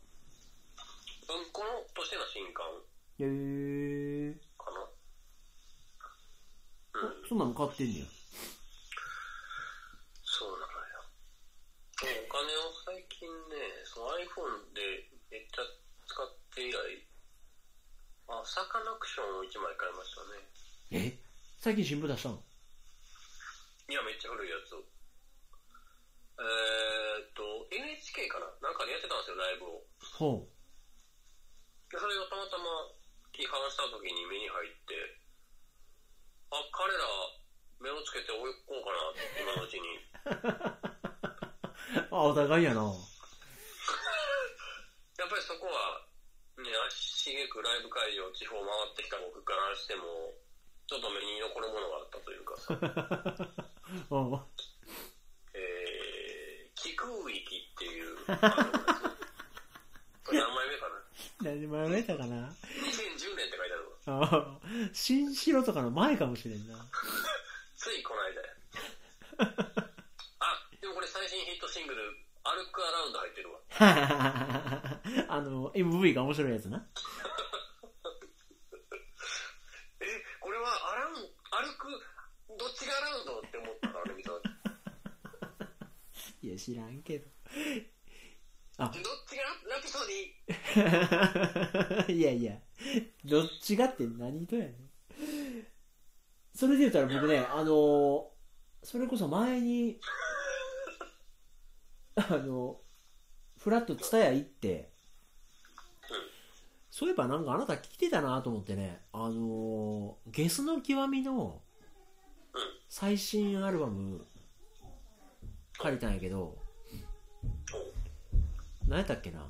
S2: このとしての新刊
S1: へえ
S2: かなうん
S1: そんなの買ってんねや
S2: そうなのよでもお金を最近ねその iPhone でめっちゃ使って以来あサカナクションを1枚買いましたね
S1: え最近新聞出したの
S2: いや、めっちゃ古いやつを。えー、っと、NHK かななんかでやってたんですよ、ライブを。
S1: ほ
S2: でそれがたまたま批判した時に目に入って、あ、彼ら、目をつけておこうかな、今のうちに。
S1: うあお互いやな
S2: やっぱりそこは、ね、足しげくライブ会場、地方回ってきた僕からしても、ちょっと目に残るものがあったというかさ、
S1: うん
S2: えー、気空域っていう、あのこれ何枚目かな
S1: 何もやめたかな
S2: ?2010 年って書いてあるわ。
S1: あー 新城とかの前かもしれんな
S2: ついこの間や。ックアラウンド入ってるわ。
S1: あの、MV が面白いやつな。
S2: え、これはアラウン、歩く、どっちがアラウンドって思ったからね、みんな。ど
S1: いや、知らんけ
S2: っ
S1: ど。
S2: ちがラピソディ
S1: いやいや、どっちがって何とやねん。それで言ったら僕ね、あのーそれこそ前に、あの、フラットツタヤ行って、そういえばなんかあなた来てたなと思ってね、あのーゲスの極みの
S2: うん
S1: 最新アルバム借りたんやけど、何やったっけな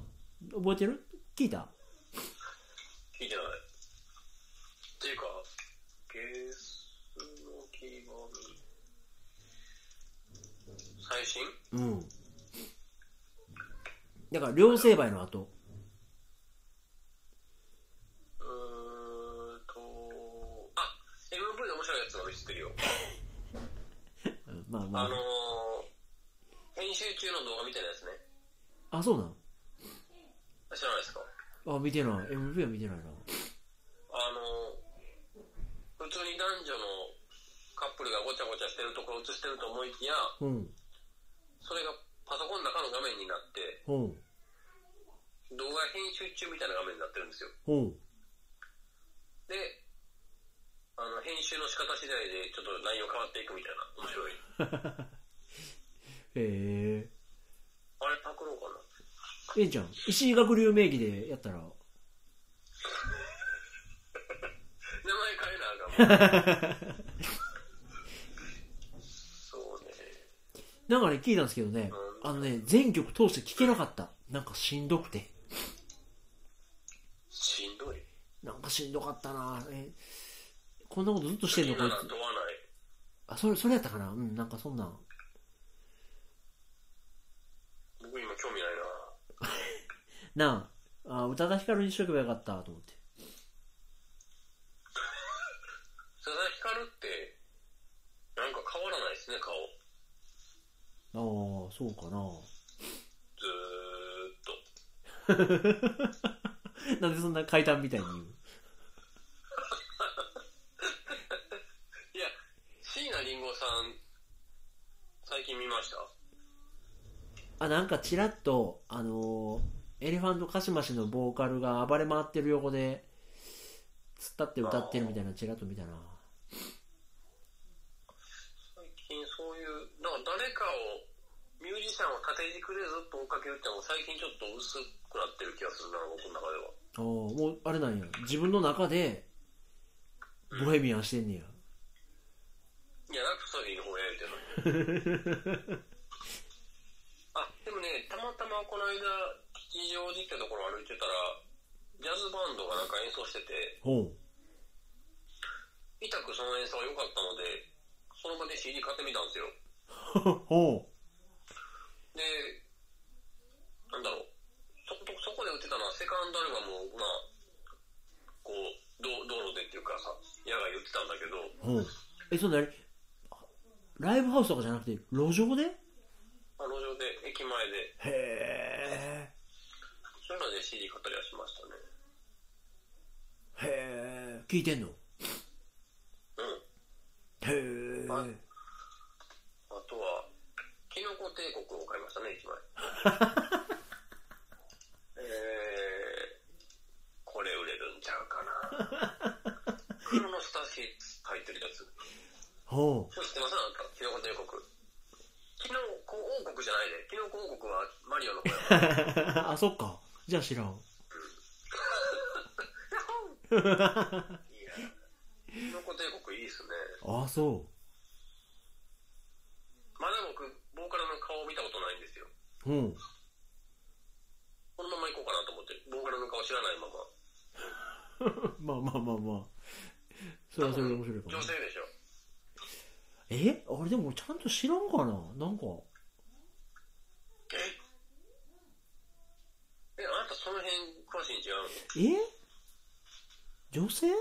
S1: 覚えてる聞いた
S2: いいじゃない。っていうか、ゲスの極み。最新
S1: うん。だから、両成敗の後。
S2: うーんと、あ、MV の面白いやつ俺知ってるよ。
S1: うんまあま
S2: あ
S1: あ。
S2: のー、編集中の動画みたいなやつね。
S1: あ、そうなん
S2: 知らないですか
S1: あ、見てない。MV は見てないな。
S2: あのー、普通に男女のカップルがごちゃごちゃしてるところ映してると思いきや、
S1: うん。
S2: それがパソコンの中の画面になって、
S1: うん。
S2: 動画編集中みたいな画面になってるんですよ。
S1: うん。
S2: で、あの、編集の仕方次第でちょっと内容変わっていくみたいな。面白い。
S1: へ
S2: あれパクろうかな。
S1: え。ええじゃん。石井学流名義でやったら。
S2: 名前変えなあか ん。そうね。
S1: なんかね、聞いたんですけどね、あのね、全曲通して聴けなかった。なんかしんどくて。
S2: しんどい。
S1: なんかしんどかったなえ、こんなことずっとしてん
S2: み
S1: の
S2: んない
S1: こ
S2: なん
S1: つ
S2: と。はない。
S1: あ、それ、それやったかなうん、なんかそんなん。
S2: 僕今興味ないな
S1: なあ、あ、宇多田ヒカルにしとけばよかった、と思って。
S2: 佐々木カルって、なんか変わらないですね、顔。
S1: ああ、そうかな
S2: ずーっと。
S1: なんでそんな階段みたいに言う
S2: いや、椎名林檎さん、最近見ました
S1: あなんかちらっとあのーエレファントカシマシのボーカルが暴れ回ってる横で突っ立って歌ってるみたいなちらっと見たな
S2: 最近そういう、なんか誰かを、ミュージシャンを縦軸でずっと追っかけるってのも最近ちょっと薄くなってる気がするな、僕の中では。
S1: あーもうあれなんや自分の中でボヘミアンしてんねや
S2: いや、ラプソディの方やりてるのに。 あ、でもね、たまたまこの間、吉祥寺ってところ歩いてたら、ジャズバンドがなんか演奏してて、
S1: ほう
S2: 痛くその演奏が良かったので、その場で CD 買ってみたんですよ。
S1: ほ
S2: で、なんだろう、そことそこで売ってたのはセカンドアルバムを、まあ、こう、道道路でっていうかさ、野外で売ってたんだけど、
S1: うほうえそんなにライブハウスとかじゃなくて路上でへ
S2: まあ、路上で、駅前で、
S1: え
S2: そういうので CD 買ったりはしましたね。
S1: へえ聞いてんのへ
S2: うん。
S1: え
S2: あとは、キノコ帝国を買いましたね、一枚。えー、これ売れるんちゃうかな。クロノスタシス入ってるやつ。
S1: ほう
S2: これ知ってますあなた、キノコ帝国。キノコ王国じゃないで。キノコ王国はマリオの声。
S1: あそっかじゃあ知らん
S2: いや、キノコ帝国いいっすね。
S1: あそ
S2: まだ僕、ボーカルの顔を見たことないんですよ。
S1: ううん
S2: このまま行こうかなと思って、ボーカルの顔知らないまま。
S1: まあまあまあまあ。それはそれで面白いかも
S2: 女。性でしょ。
S1: えあれでもちゃんと知らんかななんか。
S2: ええ、あなたその辺詳しいん違うの
S1: え女性
S2: ゆら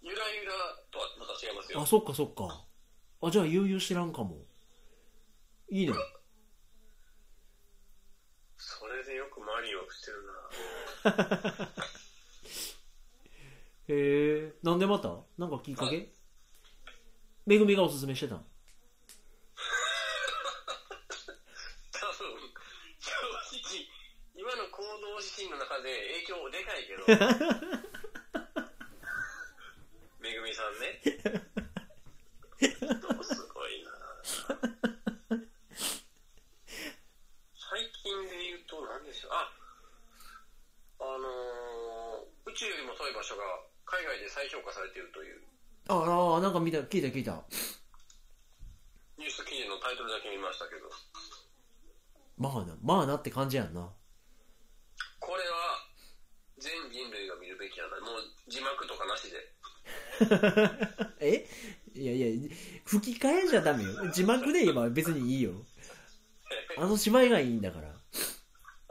S2: ゆらとはまた違いますよ
S1: あ、。そっかそっか。あ、じゃあ悠々知らんかも。いいね。
S2: く周りにくしてるな。
S1: へえなんでまたなんかきっかけめぐみがおすすめしてたん
S2: 多分、正直、今の行動指針の中で影響でかいけど。 めぐみさんね。どうすごいな。最近で言うと何でしょう。あ、あのー宇宙よりも遠い場所が海外で再評価されているという
S1: ああなんか見た聞いた聞いた
S2: ニュース記事のタイトルだけ見ましたけど。
S1: まあなまあなって感じやんな
S2: これは全人類が見るべきやなもう字幕とかなしで
S1: えいやいや吹き替えじゃダメよ字幕で言えば別にいいよあの芝居がいいんだから
S2: あそ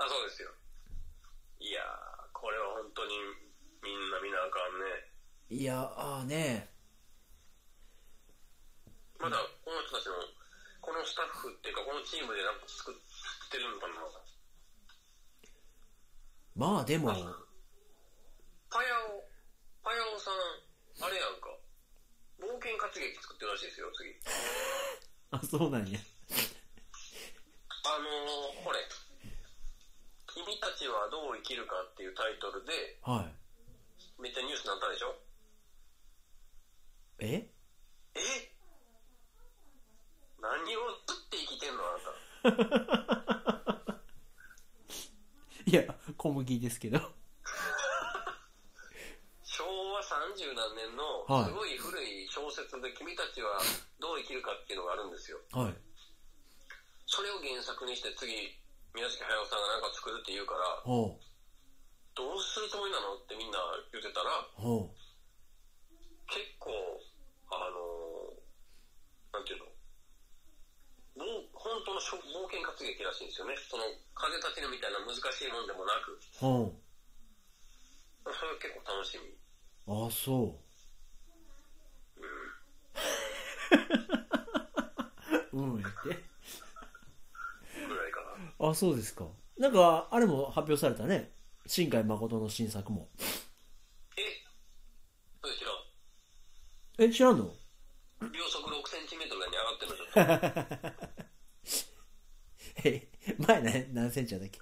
S2: うですよいやーこれは本当にみんな見なあかんね
S1: いやああね
S2: まだこの人たちもこのスタッフっていうかこのチームでなんか作ってるのかな
S1: まあ でも
S2: パヤオパヤオさんあれやんか冒険活劇作ってるらしいですよ次
S1: あそうなんや
S2: あのー、これ「君たちはどう生きるか」っていうタイトルで
S1: はい
S2: めっちゃニュースになったでしょ
S1: え
S2: え何を食って生きてんのあなた
S1: いや小麦ですけど
S2: 昭和30何年の
S1: はい
S2: すごい古い小説で「君たちはどう生きるか」っていうのがあるんですよ
S1: はい
S2: それを原作にして次宮崎駿さんが何か作るって言うから
S1: ほ
S2: どうするつもりなのってみんな言ってたら
S1: うほ
S2: 結構あのー、なんていうのぼう本当のしょ冒険活劇らしいんですよねその風立ちぬみたいな難しいもんでもなく
S1: うほ
S2: それは結構楽しみ
S1: うああそううんやって
S2: ぐらいかな
S1: あそうですかなんかあれも発表されたね新海誠の新作も
S2: えそうですよ
S1: え知らんの
S2: 秒速6センチメートルぐらいに上がってるのちょっと
S1: え前何何センチやったっけ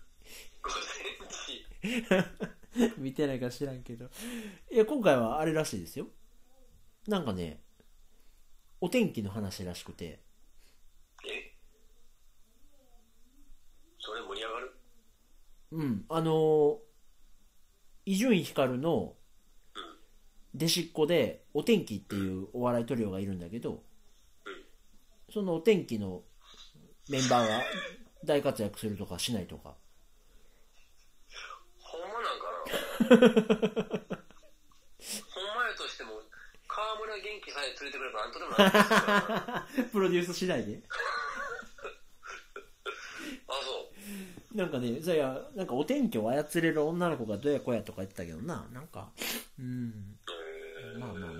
S2: 5センチ
S1: 見てないか知らんけどいや今回はあれらしいですよなんかねお天気の話らしくて
S2: えそれ盛り上がる
S1: うんあの伊集院光の弟子っ子でお天気っていうお笑いトリオがいるんだけどそのお天気のメンバーが大活躍するとかしないとか
S2: ほんまなんかなほんまやとしても川村元気さえ連れてくればなんとでもなるんですよ
S1: プロデュース次第で
S2: あそう
S1: なんかね、そりゃ、なんかお天気を操れる女の子がどやこやとか言ってたけどな、なんか、うん、まあまあまあ。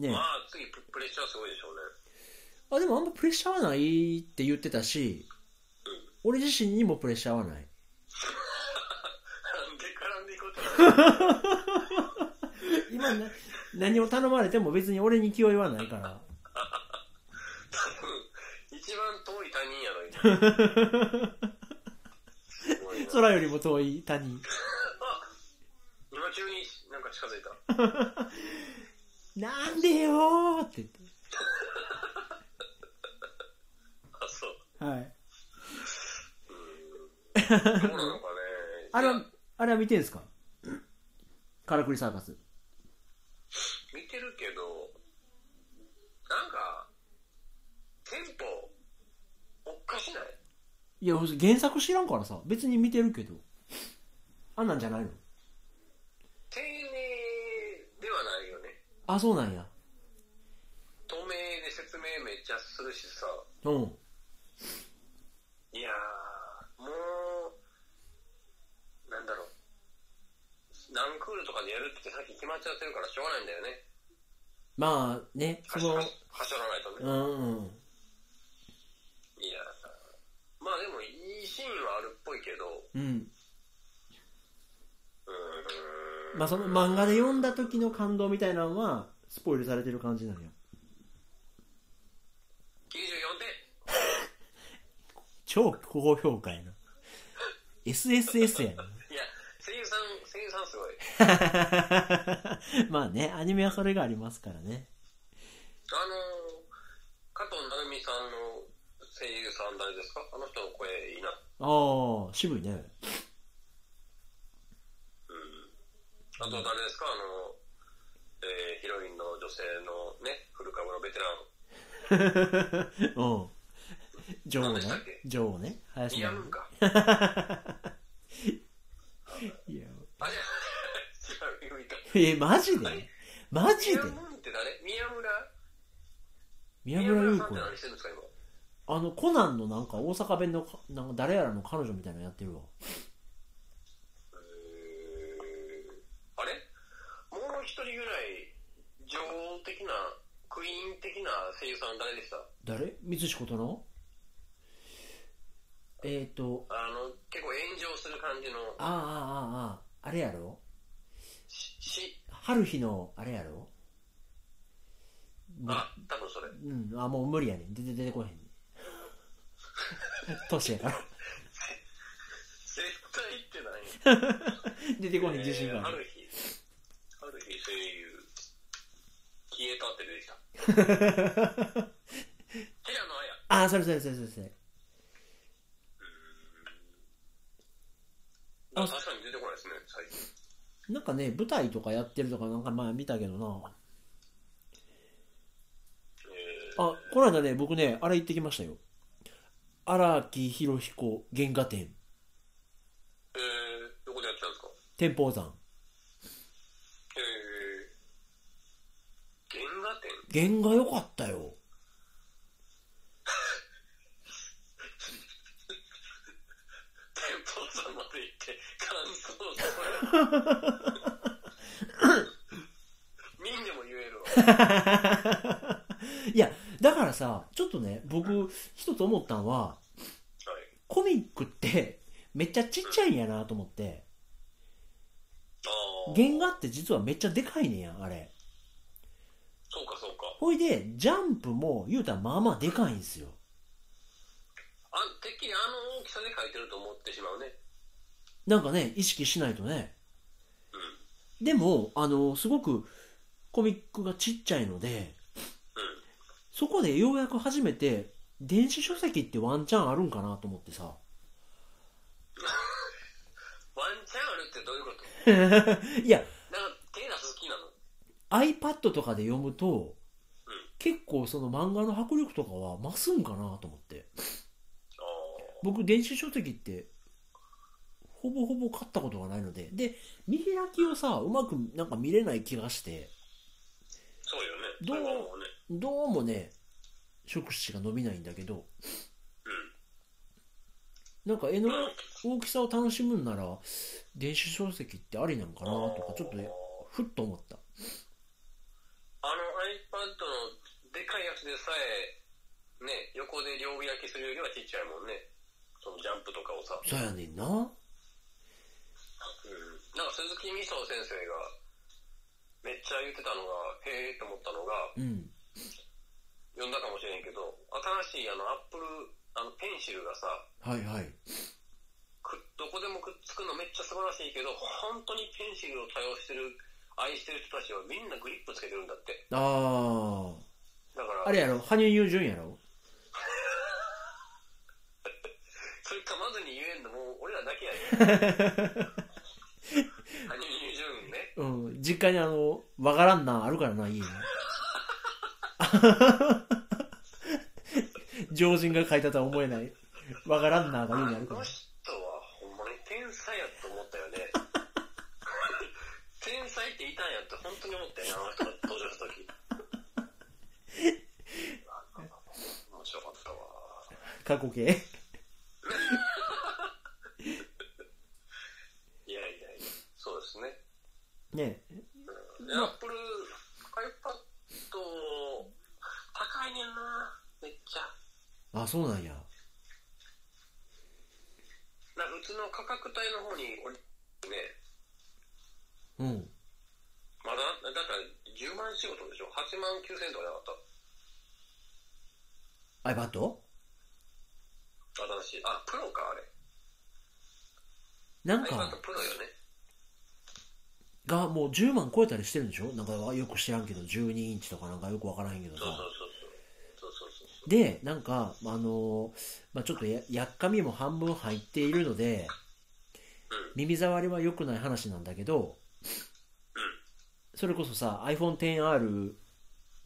S1: ね
S2: ま
S1: あ、
S2: あ次ププレッシャーすごいでしょうね
S1: でもあんまプレッシャーはないって言ってたし、俺自身にもプレッシャーはない。
S2: なんで絡んでいこうと
S1: 今な、何を頼まれても別に俺に気負いはないから。
S2: 一番遠い他人やろ今すごいな
S1: 空よりも遠い他人。
S2: 今急になんか近づいた
S1: なんでよーって言って。
S2: あそう
S1: はい。
S2: どうなのかね
S1: あれ
S2: いや
S1: は、あれは見てんすかカラクリサーカス。
S2: 見てるけどなんかテンポおっかしない
S1: いや、原作知らんからさ、別に見てるけど。あんなんじゃないの
S2: 丁寧ではないよね
S1: あ、そうなんや。
S2: 透明で説明めっちゃするしさ
S1: うん。
S2: いやーもうなんだろう何クールとかでやるってさっき決まっちゃってるからしょうがないんだよね
S1: まあね、
S2: は
S1: そ
S2: しょ
S1: の
S2: は、しょらないと
S1: う
S2: ね
S1: んうん。
S2: いやーまあでもいいシーンはあるっぽいけど、
S1: うん。
S2: うーん。
S1: まあその漫画で読んだ時の感動みたいなのは、スポイルされてる感じなのよ。
S2: 94点
S1: 超高評価やな。SSS やな。
S2: いや、声優さん、声優さんすごい。
S1: まあね、アニメはそれがありますからね。
S2: あのー、加藤成美さんの声優さん誰ですかあの人の声いいな。
S1: ああ、渋いね。
S2: うん。あと誰ですかあの、えー、ヒロインの女性のね、古株のベテラン。
S1: うん。女王ね。女王ね。林
S2: 似
S1: 真
S2: 合
S1: 理
S2: うんか。
S1: いや。
S2: あれ 違う、いか。
S1: え、マジでマジ
S2: 宮
S1: で
S2: 村って誰宮村
S1: 宮村優
S2: さんっ
S1: 子
S2: て
S1: や
S2: 何してるんですか今。
S1: あの、コナンのなんか大阪弁のか、なんか誰やらの彼女みたいなのやってるわ。
S2: えーあれもう一人ぐらい、女王的な、クイーン的な声優さん誰でした
S1: 誰三石琴乃えっ、ー、と、
S2: あの、結構炎上する感じの、
S1: ああああああ、あれやろ
S2: し、し、
S1: 春日の、あれやろもう
S2: あ、多分それ。
S1: うん、あ、もう無理やねん。出て、出てこへんね ん。年やから。
S2: 絶対言ってない。
S1: 出てこへん自信があ
S2: る。
S1: る。
S2: ある日、ある日声優、消えたって出てき た。平野綾。
S1: ああ、それそれそれそれそれ。あ
S2: あ確かに出てこないですね、最近。
S1: なんかね、舞台とかやってるとかなんか前見たけどな。
S2: えー、
S1: あ、この間ね、僕ね、あれ行ってきましたよ。荒木博彦原画展、
S2: えー、どこでやってたんですか
S1: 天保山。
S2: えー、原画展
S1: 原画良かったよ。
S2: 天保山まで行って感想をそれ見んでも言えるわ
S1: いや、だからさ、ちょっとね、僕、一つ思ったんは、
S2: はい
S1: コミックって、めっちゃちっちゃいんやなと思って、
S2: あー
S1: 原画って実はめっちゃでかいねんや、あれ。
S2: そうかそうか
S1: ほいで、ジャンプも、言うたらまあまあでかいんすよ。
S2: あてっきりあの大きさで描いてると思ってしまうね
S1: なんかね、意識しないとね。
S2: うん
S1: でも、あの、すごく、コミックがちっちゃいので、
S2: うん
S1: そこでようやく初めて、電子書籍ってワンチャンあるんかなと思ってさ。
S2: ワンチャンあるってどういうこと
S1: いや、
S2: なんか手出す好きなの
S1: iPad とかで読むと
S2: うん、
S1: 結構その漫画の迫力とかは増すんかなと思って。
S2: あ
S1: 僕、電子書籍って、ほぼほぼ買ったことがないので。で、見開きをさ、うまくなんか見れない気がして、
S2: そうよね
S1: どう
S2: それはもうね
S1: どうもね、触手が伸びないんだけど、なんか絵
S2: う
S1: の
S2: んうん
S1: 大きさを楽しむんなら、電子書籍ってありなんかなとか、ちょっとね、
S2: あー
S1: ふっと思った。
S2: あの iPad のでかいやつでさえ、ね、横で両開きするよりはちっちゃいもんね。そのジャンプとかをさ。うん。
S1: そうやねんな。
S2: なんか鈴木みそ先生が、めっちゃ言ってたのが、へえと思ったのが、
S1: うん。
S2: 読んだかもしれんけど、新しいあの Apple、あのペンシルがさ、
S1: はいはい。
S2: くどこでもくっつくのめっちゃ素晴らしいけど、本当にペンシルを多用してる、愛してる人たちはみんなグリップつけてるんだって。
S1: あ
S2: だから、
S1: あ。あれやろ羽生結弦やろ
S2: それ噛まずに言えんのもう俺らだけやね 羽生結弦ね
S1: うん。実家にあの、わからんな、あるからな、 いいな。常人が書いたとは思えない。わからんな、
S2: あ
S1: がいいな、あるか
S2: の
S1: ら。
S2: 人はほんまに天才やと思ったよね天才っていたんやって本当に思ったよねあの人が登場した時あ面白かったわ
S1: 過去形。
S2: いやいやいやそうですね
S1: ね。
S2: でアップル iPad 高いねんなめっちゃ
S1: あ、そうなんや。
S2: なんか普別の価格帯の方に、俺ね、
S1: うん。
S2: まだ、だから10万仕事でしょ ?8 万9千とかなかっ
S1: iPad?
S2: た。新しい。あ、プロか、あれ。
S1: なん
S2: iPad
S1: か、
S2: プロよね。
S1: がもう10万超えたりしてるんでしょなんかよく知らんけど、12インチとかなんかよくわからへんけど
S2: そう
S1: さ
S2: そ。うそうそう。そうそうそう。
S1: で、なんか、あのーまあ、ちょっとややっかみも半分入っているので、
S2: う
S1: 耳障りは良くない話なんだけど、それこそさ、iPhone XR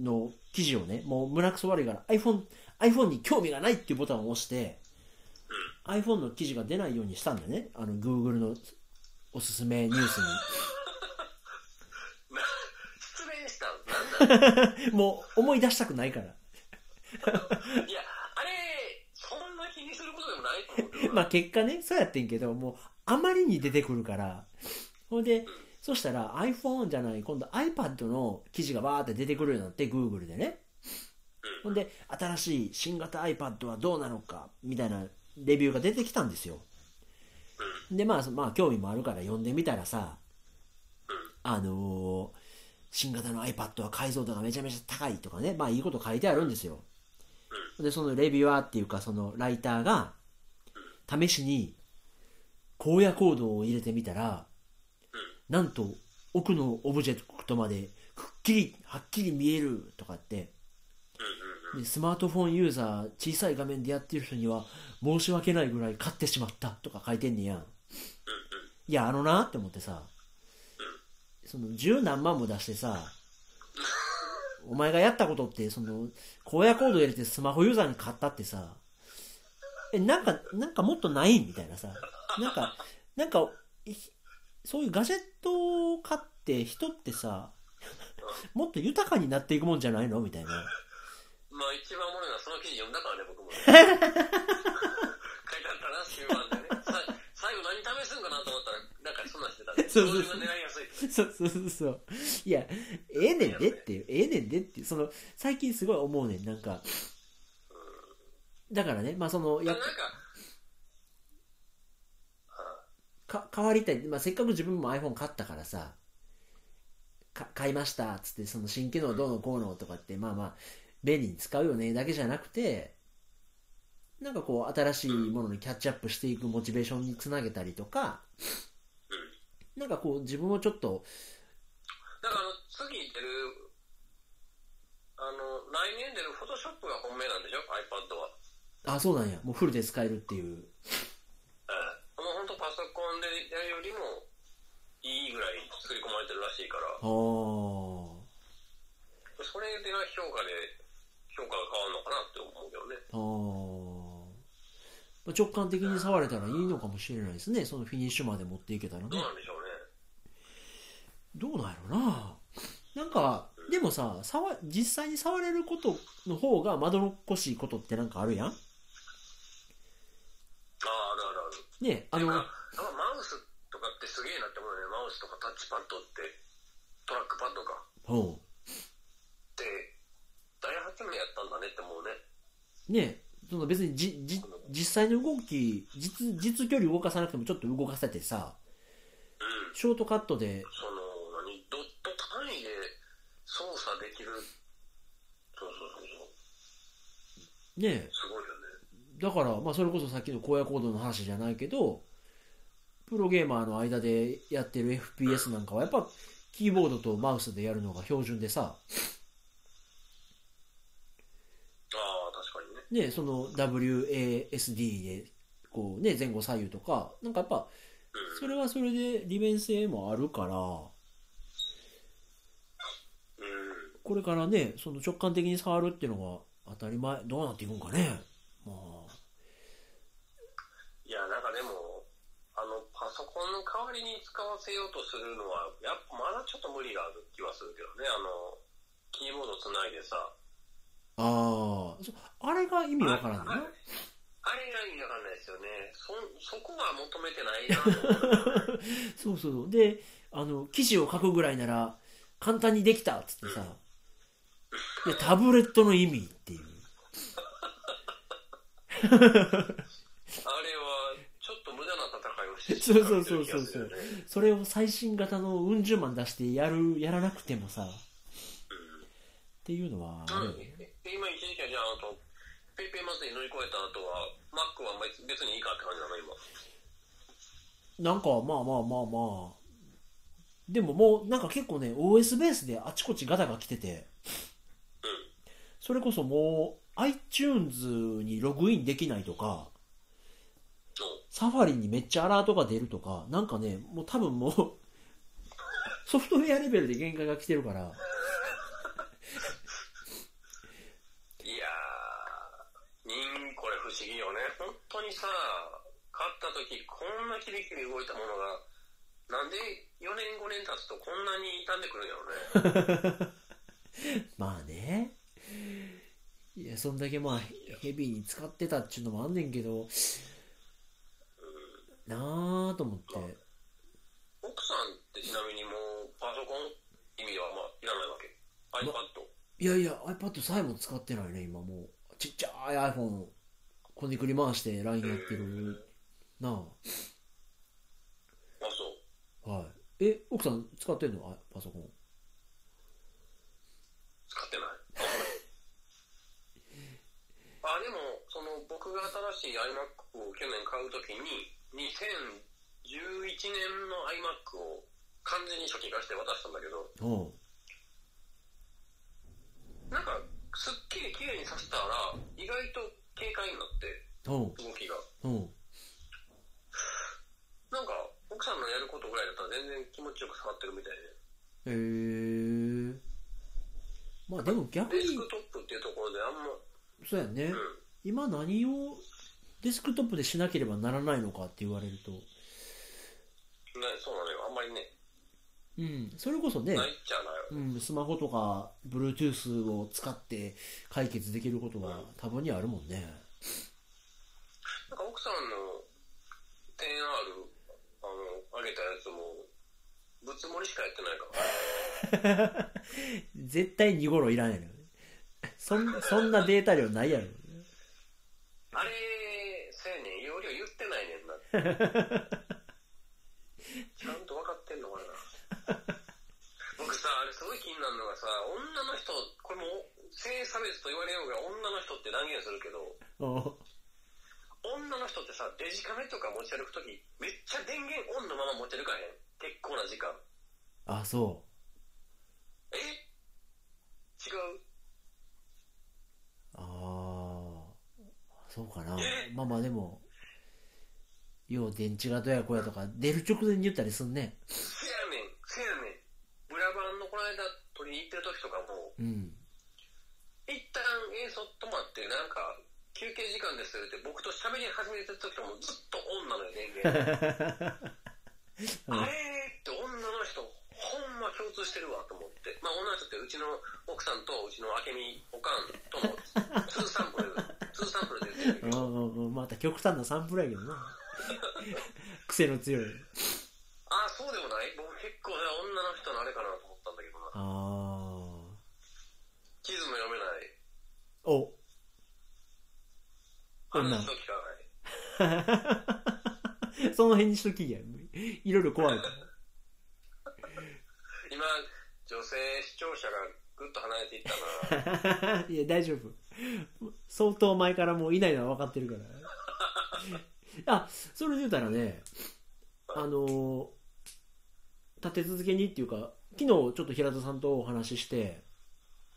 S1: の記事をね、もう胸くそ悪いから iPhone、iPhone に興味がないっていうボタンを押して、iPhone の記事が出ないようにしたんだよね。あの、Google のおすすめニュースに。
S2: な失礼したんだ。
S1: もう思い出したくないから。
S2: いや、あれ、そんな気にすることでもないと思うけど な。
S1: まあ結果ね、そうやってんけど、もうあまりに出てくるから、ほんで、そしたら iPhone じゃない、今度 iPad の記事がバーって出てくるようになって、Google でね。ほんで、新しい新型 iPad はどうなのか、みたいなレビューが出てきたんですよ。で、まあ、そまあ、興味もあるから読んでみたらさ、あのー新型の iPad は解像度がめちゃめちゃ高いとかね、まあいいこと書いてあるんですよ。で、そのレビュアーっていうか、そのライターが、試しに、荒野行動を入れてみたら、なんと、奥のオブジェクトまで、くっきり、はっきり見えるとかって、でスマートフォンユーザー、小さい画面でやってる人には、申し訳ないぐらい買ってしまったとか書いてんねやん。いや、あのなって思ってさ、その十何万も出してさ、お前がやったことって、その、荒野コード入れてスマホユーザーに買ったってさ、え、なんか、なんかもっとないみたいなさ、なんか、なんか、いそういうガジェットを買って人ってさ、もっと豊かになっていくもんじゃないのみたいな。
S2: まあ、一番おもろいのはその記事読んだからね、僕も。書いてあったな、終盤でね。さ最後何試すんかなと思ったら、なんかそんなんしてたね。
S1: そうそうそう
S2: それが狙いやすい。
S1: そうそうそうそう。いや、ええねんでっていう、ええねんでっていう、その、最近すごい思うねん、なんか。だからね、まあその、や
S2: な
S1: っ
S2: んか、
S1: か変わりたい、まあ、せっかく自分も iPhone 買ったからさか買いましたっつってその新機能どうのこうのとかってまあまあ便利に使うよねだけじゃなくてなんかこう新しいものにキャッチアップしていくモチベーションにつなげたりとかなんかこう自分をちょっと
S2: だからあの次に出る、あの、来年出るフォトショップが本命なんでしょ ?iPad は。
S1: あそうなんやもうフルで使えるっていう
S2: うん。もう本当パソコンでやるよりも、いいぐらい作り込まれてるらしいから、
S1: あー
S2: それでは評価で、評価が変わるのかなって思うけどね。
S1: あーまあ直感的に触れたらいいのかもしれないですねそのフィニッシュまで持っていけたらね
S2: どうなんでしょうね。
S1: どうなんやろななんかでもさ触実際に触れることの方がまどろっこしいことってなんかあるやん
S2: ああ、あるあるある。
S1: ねあ
S2: あ
S1: の
S2: マウスとかってすげえなって思うよね。マウスとかタッチパッドって、トラックパッドか。
S1: ほ
S2: って、大発明やったんだねって思うね。
S1: うねその別にじじ実際の動き実実距離動かさなくてもちょっと動かせてさ
S2: うん。
S1: ショートカットで
S2: その、何、ドット単位で操作できる。そうそうそうそう。
S1: ね
S2: すごいよね。
S1: だから、まあ、それこそさっきの荒野行動の話じゃないけどプロゲーマーの間でやってる FPS なんかはやっぱキーボードとマウスでやるのが標準でさ
S2: ああ、確かにね。
S1: ね、その WASD でこう、ね、前後左右とかなんかやっぱそれはそれで利便性もあるか
S2: う
S1: ら
S2: ん。
S1: これからねその直感的に触るっていうのが当たり前どうなっていくんかねまあ
S2: いや、なんかでも、あの、パソコンの代わりに使わせようとするのは、やっぱまだちょっと無理がある気はするけどね。あの、キーボードつないでさ、
S1: あーそあれが意味わからんの
S2: あ
S1: よ
S2: れが意味わかんないですよね。そ、そこは求めてないなと 思う。
S1: そうそうそうであの記事を書くぐらいなら簡単にできたっつってさいやタブレットの意味っていう
S2: あれははちょっと無駄な戦いをして
S1: そうそうそうそうそう
S2: しまったよね
S1: それを最新型のうん十万出してやるやらなくてもさっ
S2: うん
S1: ていうのはあるよね
S2: で今一時期はじゃああとペイペイ祭り乗り越えた後はマックは別にいいかって感じなの今
S1: なんかまあまあまあまあでももうなんか結構ね OS ベースであちこちガタが来ててそれこそもう iTunes にログインできないとか
S2: うん
S1: サファリにめっちゃアラートが出るとかなんかねもう多分もう ソフトウェアレベルで限界が来てるから
S2: いやー人これ不思議よね本当にさ買った時こんなキビキビ動いたものがなんで4年5年経つとこんなに傷んでくるんやろうね
S1: まあねいやそんだけまあヘビーに使ってたっちゅうのもあんねんけどなあと思って
S2: 奥さんってちなみにもうパソコン意味ではまあいらないわけ iPad、
S1: いやいや iPad さえも使ってないね今もうちっちゃい iPhone をこねくり回して LINE やってるな
S2: あそう
S1: あはいえ奥さん使ってんのあパソコン
S2: 使ってないあでもその僕が新しい iMac を去年買うときに2011年の iMac を完全に初期化して渡したんだけど
S1: おう
S2: なんかすっきり綺麗にさせたら意外と軽快になって
S1: おう
S2: 動きが
S1: おう
S2: なんか奥さんのやることぐらいだったら全然気持ちよく触ってるみたいで
S1: へえまあでも逆
S2: デ
S1: に
S2: スクトップっていうところであんま
S1: そうやね
S2: うん
S1: 今何をデスクトップでしなければならないのかって言われると
S2: ねそうなのよあんまりね
S1: うんそれこそね
S2: ないっちゃないよ
S1: うん、スマホとか Bluetooth を使って解決できることは多分にあるもんね。
S2: なんか奥さんの 10R あの上げたやつもぶつ盛りしかやってないから
S1: 絶対2頃いらんやろ。そんそんなデータ量ないやろ。
S2: あれせやねん容量言ってないねんなちゃんと分かってんのかな僕さあれすごい気になるのがさ女の人これも性差別と言われようが女の人って断言するけど
S1: お
S2: 女の人ってさデジカメとか持ち歩くときめっちゃ電源オンのまま持ってるかへん結構な時間
S1: あ、そ
S2: え違う
S1: う。ああ、そうかな。まあまあでも、よう電池がどうやこうやとか出る直前に言ったりすんね。
S2: せやねん、せやねん。ブラバンのこの間取りに行ってる時とかも、
S1: うん。
S2: 一旦演奏止まって、なんか、休憩時間ですって僕と喋り始めてる時とかもずっと女のよ、電 源。あれって女の人、ほんま共通してるわと思って。まあ女の人ってうちの奥さんとうちの明美おかんとの2サ ンプル、2サンプルで出て
S1: う
S2: るけど、
S1: んうんうん、また極端なサンプルやけどな。癖の強い。
S2: ああ、そうでもない僕結構ね女の人のあれかなと思ったんだけどな。
S1: あ
S2: 地図も読めない。
S1: あ。お、女
S2: 話の聞かない。
S1: その辺にしときや。いろいろ怖いから。
S2: 今、女性視聴者がぐっと離れていった な。
S1: いや、大丈夫。相当前からもういないのは分かってるから。あ、それで言うたらね、あのー立て続けにっていうか、昨日ちょっと平田さんとお話しして、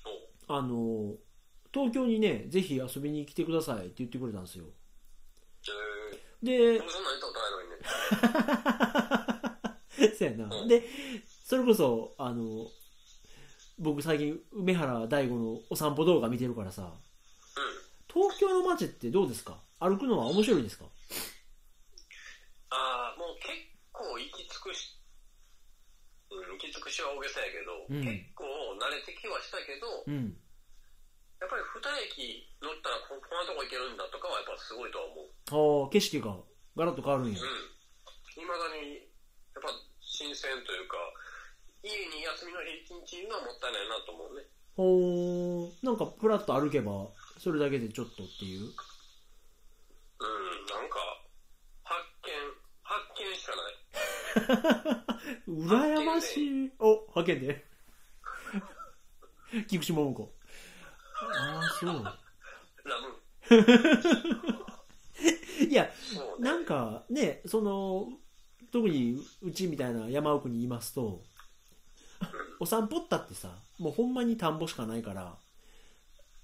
S2: そう。
S1: あのー東京にね、ぜひ遊びに来てくださいって言ってくれたんですよ。
S2: え
S1: で
S2: ー、、僕そんなん言ったことないのにね。
S1: そうやな。で、それこそ、あの、僕最近、梅原大吾のお散歩動画見てるからさ、
S2: うん。
S1: 東京の街ってどうですか歩くのは面白いですか
S2: ああ、もう結構行き尽くし、うん、行き尽くしは大げさやけど、
S1: うん
S2: 結構慣れてきはしたけど、
S1: うん。
S2: やっぱり二駅乗ったらここんなとこ行けるんだとかはやっぱすごいとは思う。
S1: ああ、景色がガラッと変わるんや
S2: う。ん。未だに、やっぱ新鮮というか、家に休みの日一日いるのはもったいないなと思うね。
S1: ほー、なんかプラッと歩けば、それだけでちょっとっていう。
S2: うん、なんか、
S1: 羨ましい。お、派遣で。 菊池桃子。ああ、そう。
S2: ラム。
S1: いや、
S2: そうね。
S1: なんかね、その、特にうちみたいな山奥にいますと、お散歩ったってさ、もうほんまに田んぼしかないから、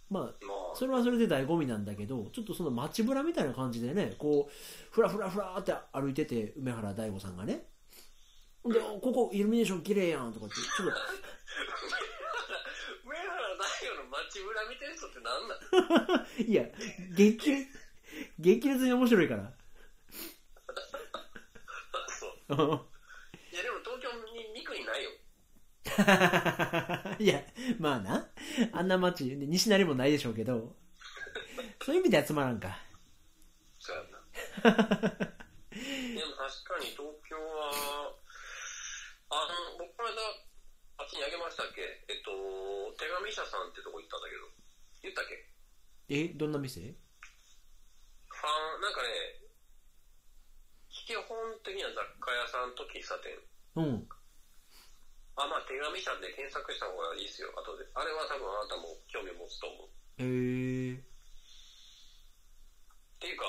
S1: まあ、
S2: まあ、
S1: それはそれで醍醐味なんだけど、ちょっとその街ぶらみたいな感じでね、こう、ふらふらふらーって歩いてて、梅原大吾さんがね、で、おここイルミネーション綺麗やんとかって、ちょっと、
S2: 上原大悟の街裏見てる人って何なん
S1: いや、激烈、激烈に面白いから。
S2: そう。
S1: うん
S2: いや、でも東京に2区にないよ。
S1: いや、まあな。あんな街、で西成もないでしょうけど、そういう意味ではつまらんか。
S2: そうやんな。でも確かに東京は、あの、僕この間、あっちにあげましたっけえっと、手紙社さんってとこ行ったんだけど、言ったっけ
S1: え、どんな店
S2: ファン、なんかね、基本的には雑貨屋さんと喫茶店。
S1: うん。
S2: あ、まあ手紙社で検索した方がいいですよ、後で。あれは多分あなたも興味持つと思う。っ
S1: えー、
S2: ていうか、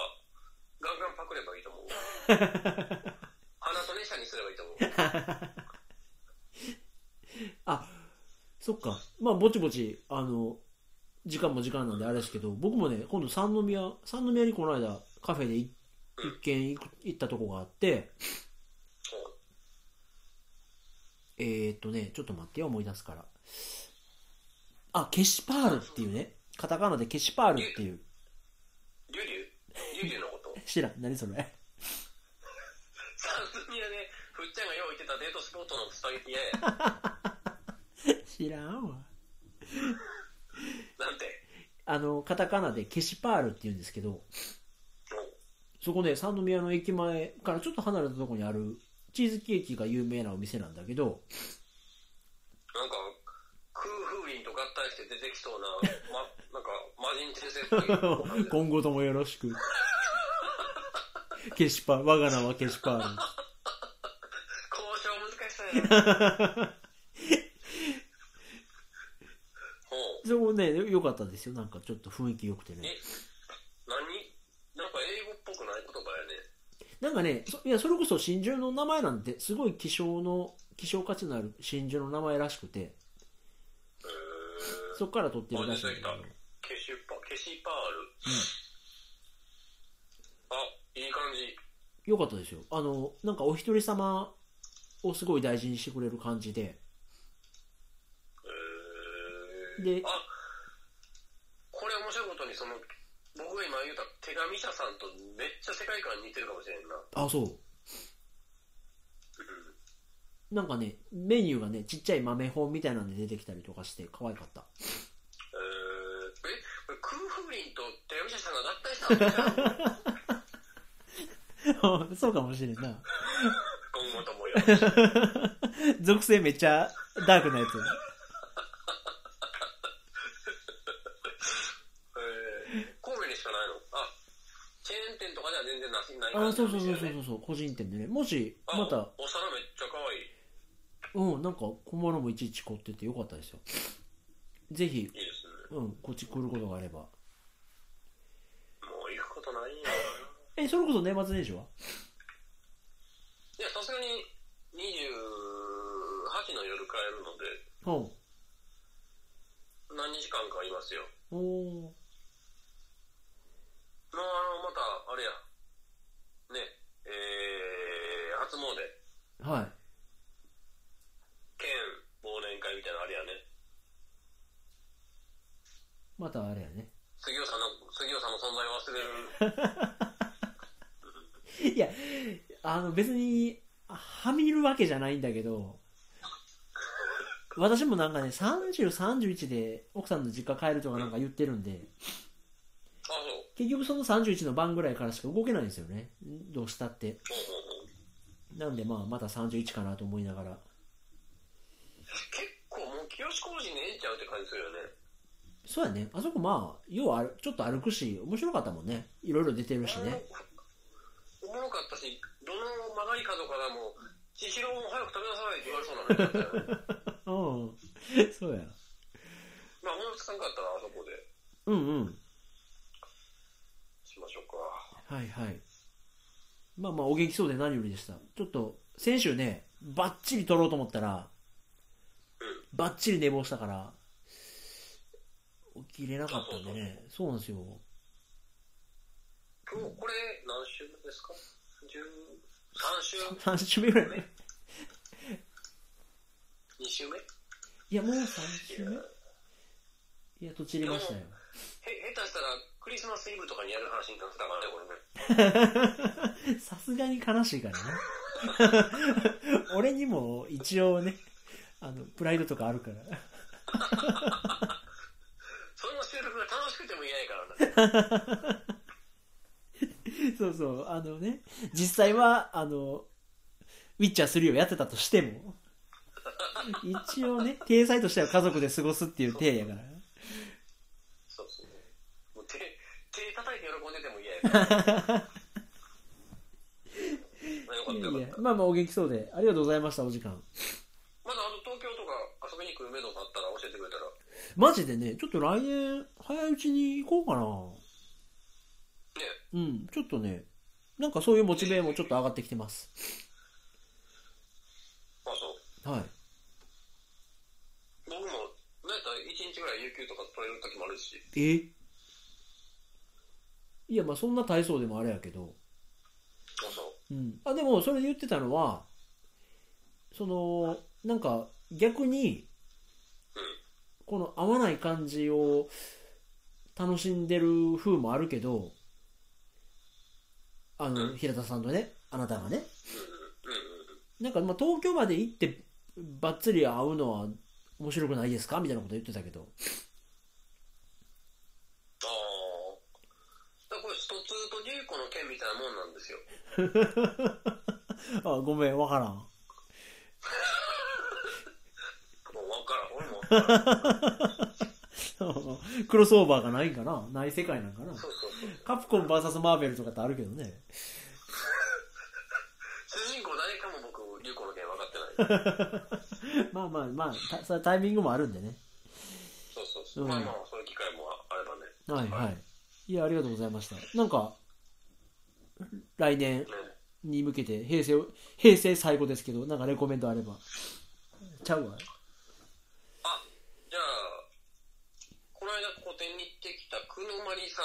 S2: ガンガンパクればいいと思う。花とネ社にすればいいと思う。
S1: あ、そっか。まあ、ぼちぼち、あの、時間も時間なんであれですけど、僕もね、今度三宮、三宮にこの間、カフェでい一軒行く行ったとこがあって、
S2: そう
S1: えー、っとね、ちょっと待ってよ、思い出すから。あ、ケシパールっていうね、カタカナでケシパールっていう。
S2: リュリュリュリュのこと。
S1: 知らん、何そ
S2: サ
S1: れ。
S2: ンズニアで、ふっちゃんが用意してたデートスポットのスパゲティ屋や。
S1: 知らんわ。
S2: なんて。
S1: あの、カタカナでケシパールって言うんですけど、
S2: もう
S1: そこね、三宮の駅前からちょっと離れたとこにある、チーズケーキが有名なお店なんだけど、
S2: なんか、空風林と合体して出てきそう な、ま、なんか、魔人先生 っぽいご飯です。
S1: 今後ともよろしく。ケシパ、我が名はケシパー
S2: 交渉難しさ やな。ほう。
S1: ル。そこね、良かったですよ。なんかちょっと雰囲気良くてね
S2: え。、何なんか英語っぽくない言葉やね。
S1: なんかね、そいや、それこそ真珠の名前なんて、すごい希少の、希少価値のある真珠の名前らしくて、
S2: えー、
S1: そこから取ってるらしいんだけど
S2: あ出てきケシュパ、ケシパール。あ、いい感じ。
S1: 良かったですよ。あの、なんかお一人様をすごい大事にしてくれる感じで、
S2: えー
S1: で
S2: あ、これ面白いことに、その、僕が今言うた手紙社さんとめっちゃ世界観似てるかもしれんな。
S1: あ、そう。なんかね、メニューがね、ちっちゃい豆本みたいなんで出てきたりとかして、可愛かった。
S2: えー、え、これ空風林と手紙社さんが合体したんですか
S1: そうかもしれんな。
S2: 今後ともよ。
S1: 属性めっちゃダークなやつ。
S2: えー、神戸にしかないのあ、チェーン店とかでは全然なしない
S1: あ、そう
S2: 感じ
S1: そうそ
S2: な
S1: うん
S2: です
S1: そ
S2: よね
S1: うそうそう、個人店でね。もし、
S2: あ
S1: また、
S2: おお皿めっちゃ可愛い。
S1: うん、なんか小物もいちいち凝っててよかったですよ。ぜひ、
S2: いいですね。
S1: うん、こっち来ることがあれば。
S2: もう行くことないよ。
S1: え、それこそ年末年始はい
S2: や、さすがに28の夜帰るので、
S1: うん。
S2: 何時間かいますよ。
S1: おー。
S2: もうあの、また、あれや、ね、えー、初詣、
S1: はい。
S2: 兼忘年会みたいなのあれやね。
S1: またあれやね。
S2: 杉尾さんの、杉尾さんの存在を忘れる。
S1: いや、あの別に、はみるわけじゃないんだけど、私もなんかね、30、31で奥さんの実家帰るとかなんか言ってるんで、
S2: あ、そう。
S1: 結局その31の晩ぐらいからしか動けないんですよね。どうしたって。
S2: ほうほうほう
S1: なんでまあ、また31かなと思いながら。
S2: 結構もう清志工事にええんちゃうって感じするよね。
S1: そうやね。あそこまあ、要はちょっと歩くし、面白かったもんね。いろいろ出てるしね。
S2: おもろかったし、どの曲がり角からも、千尋も早く食べなさいって言われそうなん だよ
S1: うん。そうや。
S2: まあ、思いつかんかったら、あそこで
S1: うんうん。
S2: しましょうか。
S1: はいはい。まあまあ、お元気そうで何よりでした。ちょっと、先週ね、バッチリ撮ろうと思ったら、バッチリ寝坊したから、起きれなかったんでね。そうなんですよ。
S2: 今日、これ、何週目ですか ?13 週
S1: 3週目ぐらいね。
S2: ?2 週目
S1: いや、もう3週目いや、とちりましたよ。
S2: へ、下手したら、クリスマスイブとかにやる話になってたからね、これね。
S1: さすがに悲しいからね。 俺にも一応ね、あの、プライドとかあるから。
S2: その収録が楽しくても嫌やからな。
S1: そうそう、あのね、実際は、あの、ウィッチャー3をやってたとしても、一応ね、体裁としては家族で過ごすっていう体やから。
S2: そうですね。もう手、手叩いて喜んでても嫌やから。 まあよかったよ
S1: いやい
S2: か
S1: や
S2: った。
S1: まあまあお元気そうで、ありがとうございました、お時間。
S2: まだあの東京とか遊びに来る目処があったら教えてくれたら。
S1: マジでね、ちょっと来年、早いうちに行こ
S2: ね
S1: うかな。うん、ちょっとね、なんかそういうモチベもちょっと上がってきてます。
S2: まあそう。
S1: はい。
S2: 僕も、なんやったら1日ぐらい有給とか取れる時もあるし。
S1: えいやまあそんな体操でもあれやけど、
S2: そうそう。
S1: うん、あでもそれで言ってたのはそのなんか逆に
S2: うん。
S1: この合わない感じを楽しんでる風もあるけどあ
S2: う
S1: の
S2: ん
S1: 平田さんとねあなたがね
S2: うんうんうん。
S1: なんかまあ東京まで行ってばっつり会うのは面白くないですかみたいなこと言ってたけど
S2: ああ。だからこれ、ストツーとデューコの件みたいなもんなんですよ。
S1: あごめんわからん
S2: もう分からん。俺も分 からん。
S1: クロスオーバーがないんかなない世界なんかな
S2: そうそうそう。
S1: カプコン VS マーベルとかってあるけどね。
S2: 主人公誰かも僕、デューコの件分かって ない。
S1: まあまあまあ、たそれタイミングもあるんでね。
S2: そうそうそうう。
S1: ん
S2: まあまあ、そういう機会もあればね。
S1: はいはい。いや、ありがとうございました。なんか、来年
S2: ね。
S1: に向けて、平成を、平成最後ですけど、なんかレコメントあれば。ちゃうわ。
S2: あ、じゃあ、この間個展に行ってきたくのまりさん、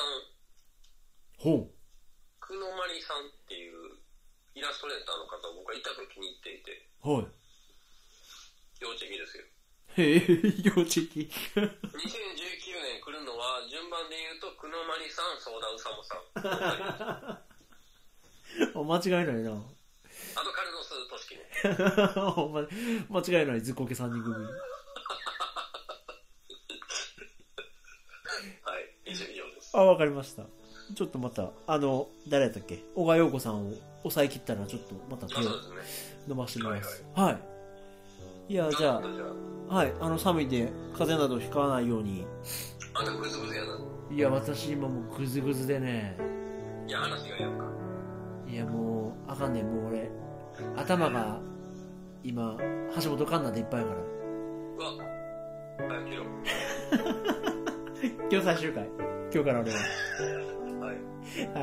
S1: ほ
S2: くのまりさんっていうイラストレーターの方を僕は痛く気に入っていて、
S1: う。はい。
S2: 要チェキですよ。
S1: へえ、 幼稚期。
S2: 2019年来るのは、順番で言うと、くのまりさん、相談うさも さん、あ
S1: お間違いないな。
S2: とカルノス・トシキね。
S1: お前間違いない、ずっこけ3人組。
S2: はい、以上以上です。
S1: あ、わかりました。ちょっとまた、あの、誰やったっけ小川陽子さんを抑え切ったら、ちょっとまた手
S2: あ、
S1: を
S2: そうですね。
S1: 伸ばしてみます。はい。いや、じゃ
S2: あじゃ
S1: あ、はい、あの、寒いんで、風邪などひかないように。
S2: あ、あんたグズグズやな。
S1: いや、私今もうグズグズでね。
S2: いや、話がやるか。
S1: いや、もう、あかんねん、もう俺。頭が、今、橋本環奈でいっぱいやから。
S2: うわ、早く切ろう。
S1: 今日最終回。今日から俺は。
S2: はい。
S1: はい。
S2: で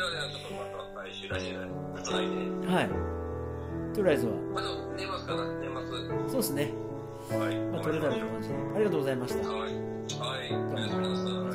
S2: はでは、ちょっとまた来週、来週じゃない、再来年。
S1: はい。とりあえずは、
S2: まあでも、年末かな、年末。
S1: そうですね。
S2: はい。
S1: まあ、取れたらって感じで。ありがとうございました。
S2: はい。はい。ありがとうございました。